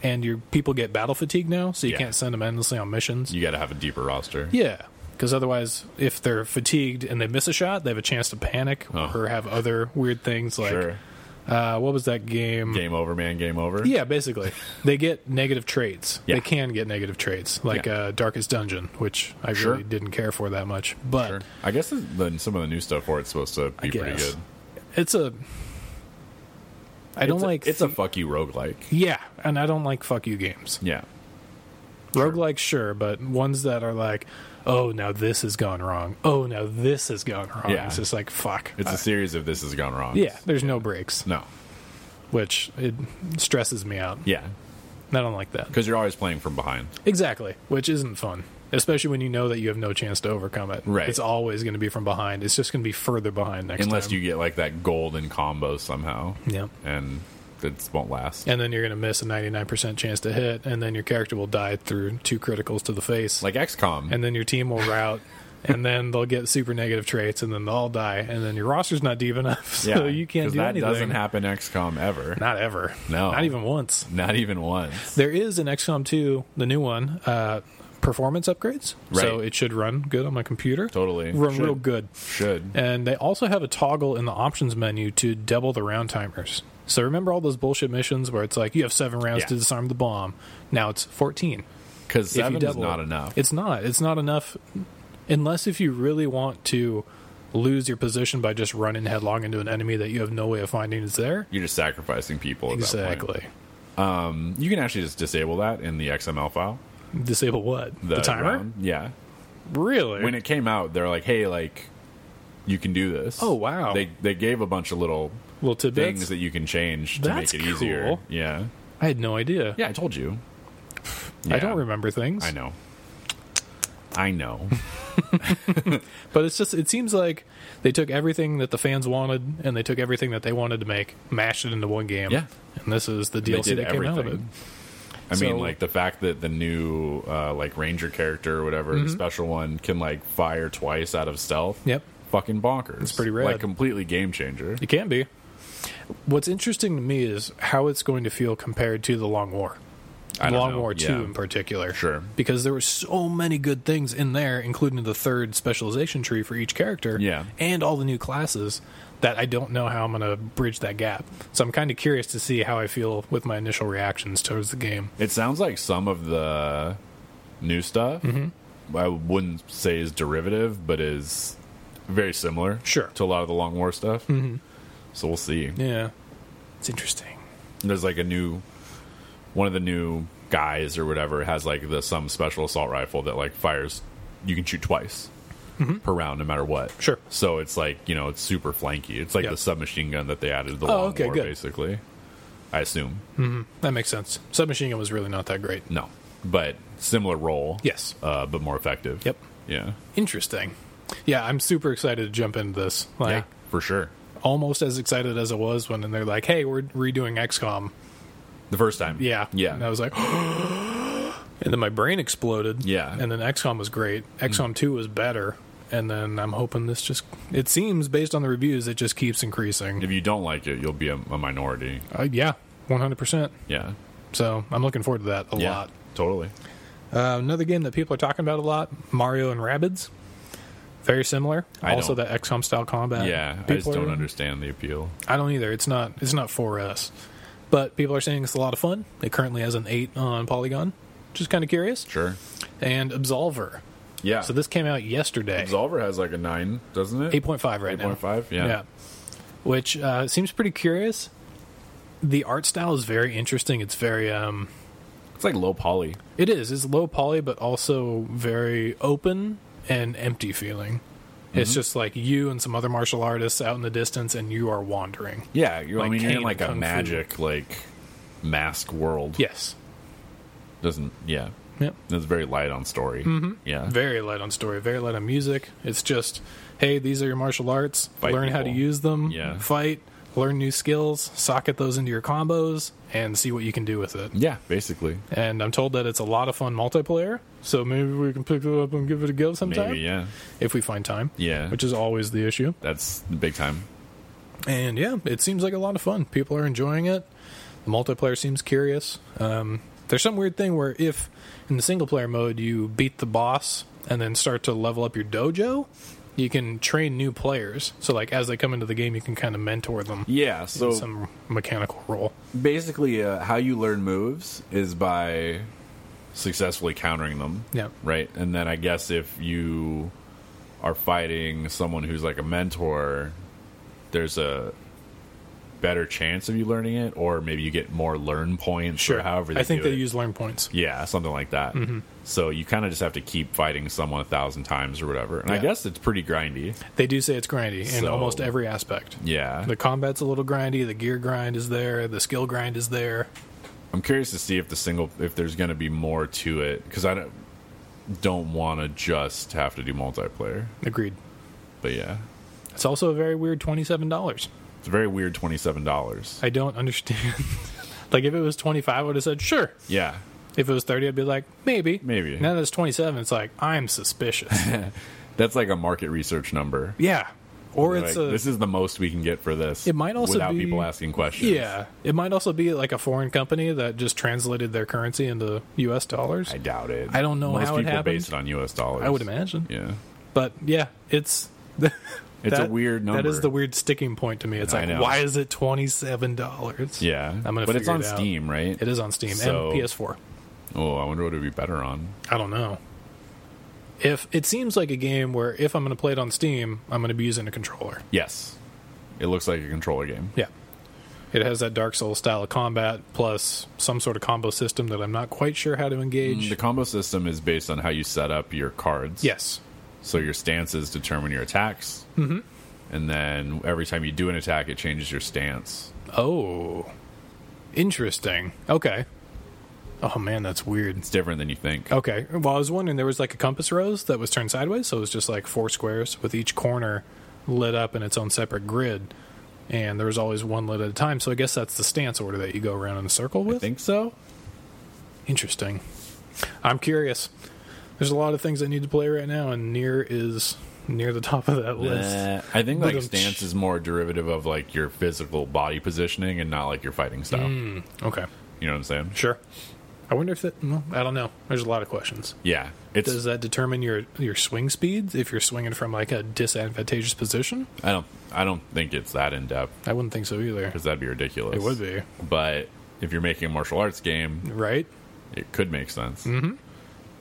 and your people get battle fatigue now, so you Yeah. can't send them endlessly on missions. You got to have a deeper roster. Yeah, because otherwise, if they're fatigued and they miss a shot, they have a chance to panic Oh. or have other weird things like Sure. uh, what was that game? Game over, man. Game over. Yeah, basically, they get negative traits. Yeah. They can get negative traits, like Yeah. uh, Darkest Dungeon, which I Sure. really didn't care for that much. But Sure. I guess the, the, some of the new stuff for it's supposed to be pretty guess. good. it's a. I don't it's like. a, it's a fuck you roguelike. yeah, and I don't like fuck you games. Yeah. Roguelikes, sure, but ones that are like, oh, now this has gone wrong. Oh, now this has gone wrong. Yeah. It's just like fuck. It's Uh, a series of this has gone wrong. yeah, there's no breaks. No. which it stresses me out. Yeah. I don't like that. Because you're always playing from behind. Exactly, which isn't fun, especially when you know that you have no chance to overcome it. Right. It's always going to be from behind. It's just going to be further behind next Unless time. you get like that golden combo somehow. Yep. And it won't last. And then you're going to miss a 99% chance to hit, and then your character will die through two criticals to the face, Like XCOM. and then your team will rout and then they'll get super negative traits, and then they'll all die, and then your roster's not deep enough, so you can't 'cause do that anything. doesn't happen XCOM ever. Not, Not ever. No. Not even once. even once. There is in XCOM 2, the new one, uh, performance upgrades. So Right. it should run good on my computer. Totally. Run Should. real good. Should. And they also have a toggle in the options menu to double the round timers. So remember all those bullshit missions where it's like you have seven rounds Yeah. to disarm the bomb. Now it's 14. Because If you seven is double not it. enough. It's not. It's not enough unless if you really want to lose your position by just running headlong into an enemy that you have no way of finding is there. You're just sacrificing people. At That point. Exactly. You can actually just disable that in the XML file. Disable what? The, timer? round. Yeah. Really? When it came out, they're like, "Hey, like, you can do this." Oh, wow. They they gave a bunch of little Little tidbits. things that you can change to That's make it easier. cool. Yeah. I had no idea. Yeah, I told you. I don't Yeah. remember things. I know. I know. But it's just it seems like they took everything that the fans wanted and they took everything that they wanted to make, mashed it into one game. Yeah. And this is the DLC that came out of it. I So- mean, like the fact that the new uh, like ranger character or whatever, the special one, can like fire twice out of stealth. Mm-hmm. Yep. Fucking bonkers. It's pretty rad. Like completely game changer. It can be. What's interesting to me is how it's going to feel compared to the Long War. I don't Long know. War Yeah. 2 in particular. Sure. Because there were so many good things in there, including the third specialization tree for each character. Yeah. And all the new classes that I don't know how I'm going to bridge that gap. So I'm kind of curious to see how I feel with my initial reactions towards the game. It sounds like some of the new stuff Mm-hmm. I wouldn't say is derivative, but is very similar. Sure. To a lot of the Long War stuff. Mm-hmm. So we'll see. Yeah. It's interesting. There's like a new one of the new guys or whatever has like the some special assault rifle that like fires you can shoot twice per round no matter what. Mm-hmm. Sure. So it's like, you know, it's super flanky. It's like Yeah. the submachine gun that they added to the Oh, Long okay, War good. basically. I assume. That makes sense. Submachine gun was really not that great. No. But similar role. Yes. Uh, but more effective. Yep. Yeah. Interesting. Yeah, I'm super excited to jump into this. Like for sure. almost as excited as it was when they're like, "Hey, we're redoing XCOM." The first time. Yeah, Yeah. And I was like, and then my brain exploded. Yeah. and then XCOM was great. XCOM two was better. And then I'm hoping this just. It seems based on the reviews, it just keeps increasing. if you don't like it, you'll be a, a minority. Uh, yeah, 100. percent Yeah. So I'm looking forward to that a yeah. lot. Totally. Uh, another game that people are talking about a lot, Mario and Rabbids. Very similar. I also don't- that XCOM style combat. yeah. I Uh, People just don't are- understand the appeal. I don't either. It's not it's not for us. But people are saying it's a lot of fun. It currently has an 8 on Polygon. Just kind of curious. Sure. And Absolver. Yeah. So this came out yesterday. Absolver has like a nine, doesn't it? 8.5 right now. 8.5? Yeah. Which uh, seems pretty curious. The art style is very interesting. It's very um, It's like low poly. It is. It's low poly, but also very open and empty feeling. Mm-hmm. It's just like you and some other martial artists out in the distance, and you are wandering. Yeah. You're, Like I mean, you're in Kane like Kung a Fu. magic like mask world. Yes. Doesn't. Yeah. Yep. It's very light on story. Mm-hmm. Yeah. Very light on story, very light on music. It's just, hey, these are your martial arts. Fight learn how to people. use them. Yeah. Fight. Learn new skills. Socket those into your combos and see what you can do with it. yeah. Basically. And I'm told that it's a lot of fun multiplayer. So maybe we can pick it up and give it a go sometime Maybe. Yeah. if we find time. Yeah. Which is always the issue. That's the big time. And yeah, it seems like a lot of fun. People are enjoying it. The multiplayer seems curious. Um, there's some weird thing where if in the single player mode you beat the boss and then start to level up your dojo, you can train new players. So like as they come into the game, you can kind of mentor them Yeah. So in some mechanical role. basically uh, how you learn moves is by successfully countering them Yeah. right and then i guess if you are fighting someone who's like a mentor there's a better chance of you learning it or maybe you get more learn points or however they I think do they it. use Mm-hmm. learn points. yeah something like that so you kind of just have to keep fighting someone a thousand times or whatever and i Yeah. guess it's pretty grindy They do say it's grindy in So- almost every aspect. yeah The combat's a little grindy. The gear grind is there. The skill grind is there. I'm curious to see if the single if there's going to be more to it because I don't don't want to just have to do multiplayer. Agreed. But yeah, It's also a very weird twenty-seven dollars. it's a very weird twenty seven dollars. I don't understand. like if it was 25, I would have said sure. Yeah, If it was 30, I'd be like maybe. Maybe. Now that it's 27, it's like I'm suspicious. That's like a market research number. Yeah. Or it's Like, a this is the most we can get for this. It might also without be- people asking questions. yeah. It might also be like a foreign company that just translated their currency into U.S. dollars. I doubt it. I don't know Most how it people happened. base it on U.S. dollars. I would imagine. Yeah, But yeah, it's it's that- a weird number. That is the weird sticking point to me. It's I like, know. why is it twenty seven dollars? yeah. I'm gonna but it's figure on it out. Steam, right? it is on Steam So- and PS4. Oh, I wonder what it'd be better on. I don't know. If it seems like a game where if I'm going to play it on Steam, I'm going to be using a controller. Yes, it looks like a controller game. Yeah. It has that Dark Souls style of combat plus some sort of combo system that I'm not quite sure how to engage. The combo system is based on how you set up your cards. Yes. So your stances determine your attacks. Mm-hmm. And then every time you do an attack, it changes your stance. Oh. Interesting. Okay. Oh man, that's weird. It's different than you think. Okay. Well, I was wondering there was like a compass rose that was turned sideways, so it was just like four squares with each corner lit up in its own separate grid. And there was always one lit at a time, so I guess that's the stance order that you go around in a circle with. I think so. Interesting. I'm curious. There's a lot of things I need to play right now, and near is near the top of that list. Uh, I think like Ba-dum-tsh. stance is more derivative of like your physical body positioning and not like your fighting style. Mm. Okay, You know what I'm saying? sure. I wonder if that. Well, I don't know. There's a lot of questions. Yeah. It's Does that determine your your swing speeds if you're swinging from like a disadvantageous position? I don't I don't think it's that in depth I wouldn't think so either. because that'd be ridiculous. It would be But if you're making a martial arts game, right. it could make sense. Mm-hmm.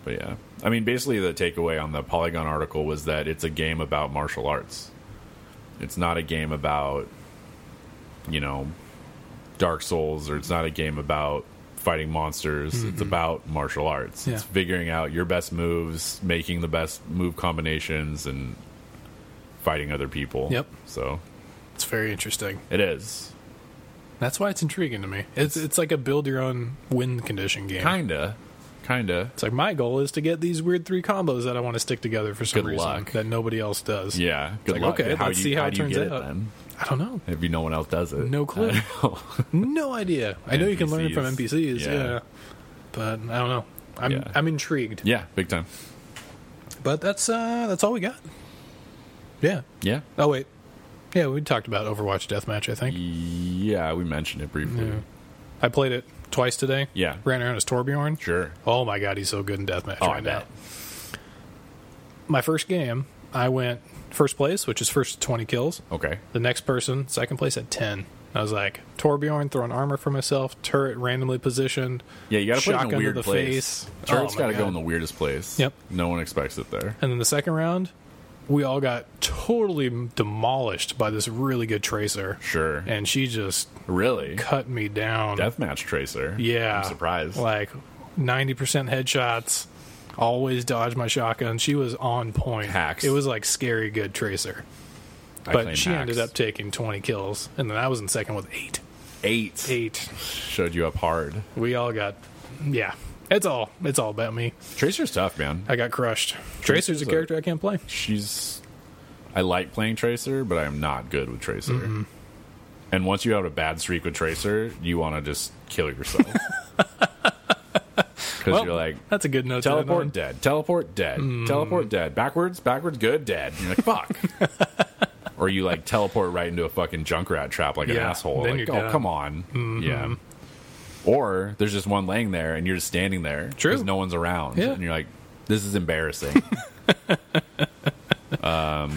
But yeah, I mean, basically the takeaway on the Polygon article was that it's a game about martial arts. It's not a game about, you know, Dark Souls, or it's not a game about fighting monsters. It's about martial arts. It's Mm-hmm. Yeah. figuring out your best moves, making the best move combinations, and fighting other people. Yep. So It's very interesting. it is That's why it's intriguing to me. It's it's like a build your own win condition game. kinda, kinda. It's like my goal is to get these weird three combos that I want to stick together for some Good reason luck. that nobody else does. Yeah. Good like, luck. okay, let's see how it turns out. then? I don't know. Maybe no one else does it. No clue. I don't know. No idea. I know you can learn from NPCs. NPCs, yeah. Yeah. But I don't know. I'm Yeah. I'm intrigued. yeah, big time. But that's uh that's all we got. Yeah. Yeah. Oh wait. Yeah, we talked about Overwatch Deathmatch, I think. Yeah, we mentioned it briefly. I played it twice today. Yeah. Ran around as Torbjorn. Sure. Oh my god, he's so good in Deathmatch Oh, I right now. bet. My first game, I went first place, which is first to twenty kills. Okay. The next person, second place at ten. I was like, Torbjorn throwing armor for myself, turret randomly positioned. Yeah, you got to put it in Shotgun a to weird the place. face. Turret's Oh, my got to go God. in the weirdest place. Yep. No one expects it there. And then the second round, we all got totally demolished by this really good tracer. Sure. And she just really? cut me down. Deathmatch Tracer. yeah. I'm surprised. Like 90% headshots, always dodge my shotgun. She was on point. Hacks. It was like scary good tracer. I claim But she hacks. ended up taking 20 kills. And then I was in second with eight. eight. Eight. Showed you up hard. We all got, yeah. It's all, it's all about me. Tracer's tough, man. I got crushed. Tracer's a Tracer's a- character I can't play. she's I like playing Tracer, but I'm not good with Tracer. Mm-hmm. And once you have a bad streak with Tracer, you want to just kill yourself. Because Well, you're like, That's a good note. to end teleport on. Hmm. dead, teleport dead, teleport dead, backwards, backwards, good, dead. And you're like, fuck. or you like teleport right into a fucking junk rat trap like an Yeah, asshole. then like, you're oh, done. Mm-hmm. come on. Yeah. Or there's just one laying there and you're just standing there True. no one's around. Yeah. And you're like, this is embarrassing.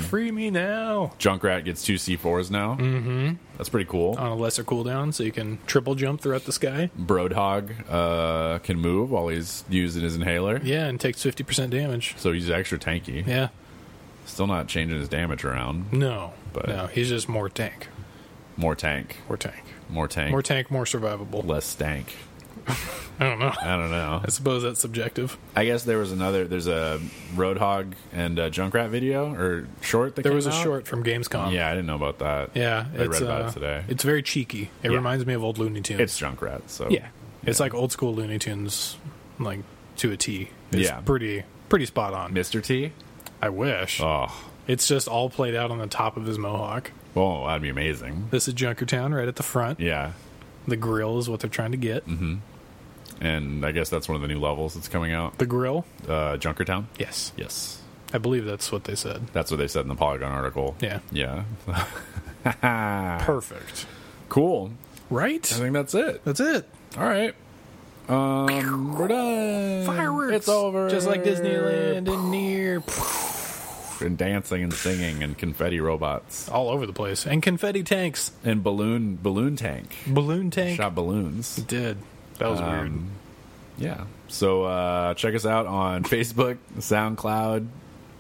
Free me now. Junkrat gets two C4s now. Mm-hmm. That's pretty cool. on a lesser cooldown, so you can triple jump throughout the sky. Brodhog uh, can move while he's using his inhaler. Yeah, and takes fifty percent damage. So he's extra tanky. Yeah, Still not changing his damage around. no, But- no, he's just more tank, More tank. more tank, More tank. more tank, more survivable. Less stank. I don't know. I don't know. I suppose that's subjective. I guess there was another. There's a Roadhog and uh Junkrat video or short that There came was a out? short from Gamescom. Yeah, I didn't know about that. yeah, I read about uh, it today. It's very cheeky. It Yeah. reminds me of old Looney Tunes. It's Junkrat, so yeah, it's like old school Looney Tunes, like to a T. It's Yeah. pretty pretty spot on. Mr. T. I wish Oh, it's just all played out on the top of his mohawk. well, that'd be amazing. This is Junkertown right at the front. Yeah, Mm-hmm. The grill is what they're trying to get. and I guess that's one of the new levels that's coming out. The grill, Uh, Junkertown. yes. Yes. I believe that's what they said. That's what they said in the Polygon article. Yeah. Yeah. Perfect. cool. I Right? think that's it. That's it. All right. Um, we're done. Fireworks. It's over. Just like Disneyland in near And dancing and singing and confetti robots all over the place. And confetti tanks. and balloon balloon tank. Balloon tank. Shot balloons. Did. That was weird. Um, Yeah. So uh, check us out on Facebook, SoundCloud,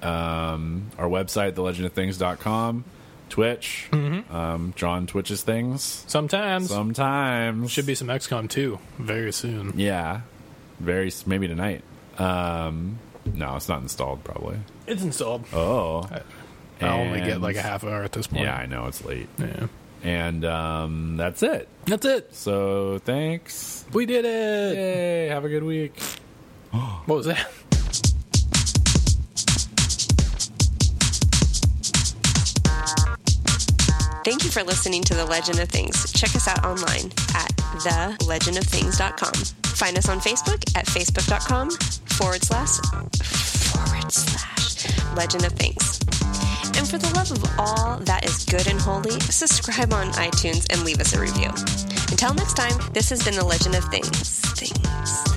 um, our website, thelegendofthings.com, Twitch, Mm-hmm. um, John Twitches things. Sometimes. Sometimes. Should be some XCOM 2 very soon. Yeah. Very, s- maybe tonight. Um, no, it's not installed probably. It's installed. Oh. I only get And- like a half hour at this point. Yeah, I know it's late. Yeah. And um, that's it. That's it. So thanks. We did it. Hey, have a good week. What was that? Thank you for listening to The Legend of Things. Check us out online at thelegendofthings.com. Find us on Facebook at facebook.com forward slash forward slash legend of things. And for the love of all that is good and holy, subscribe on iTunes and leave us a review. Until next time, this has been The Legend of Things. Things.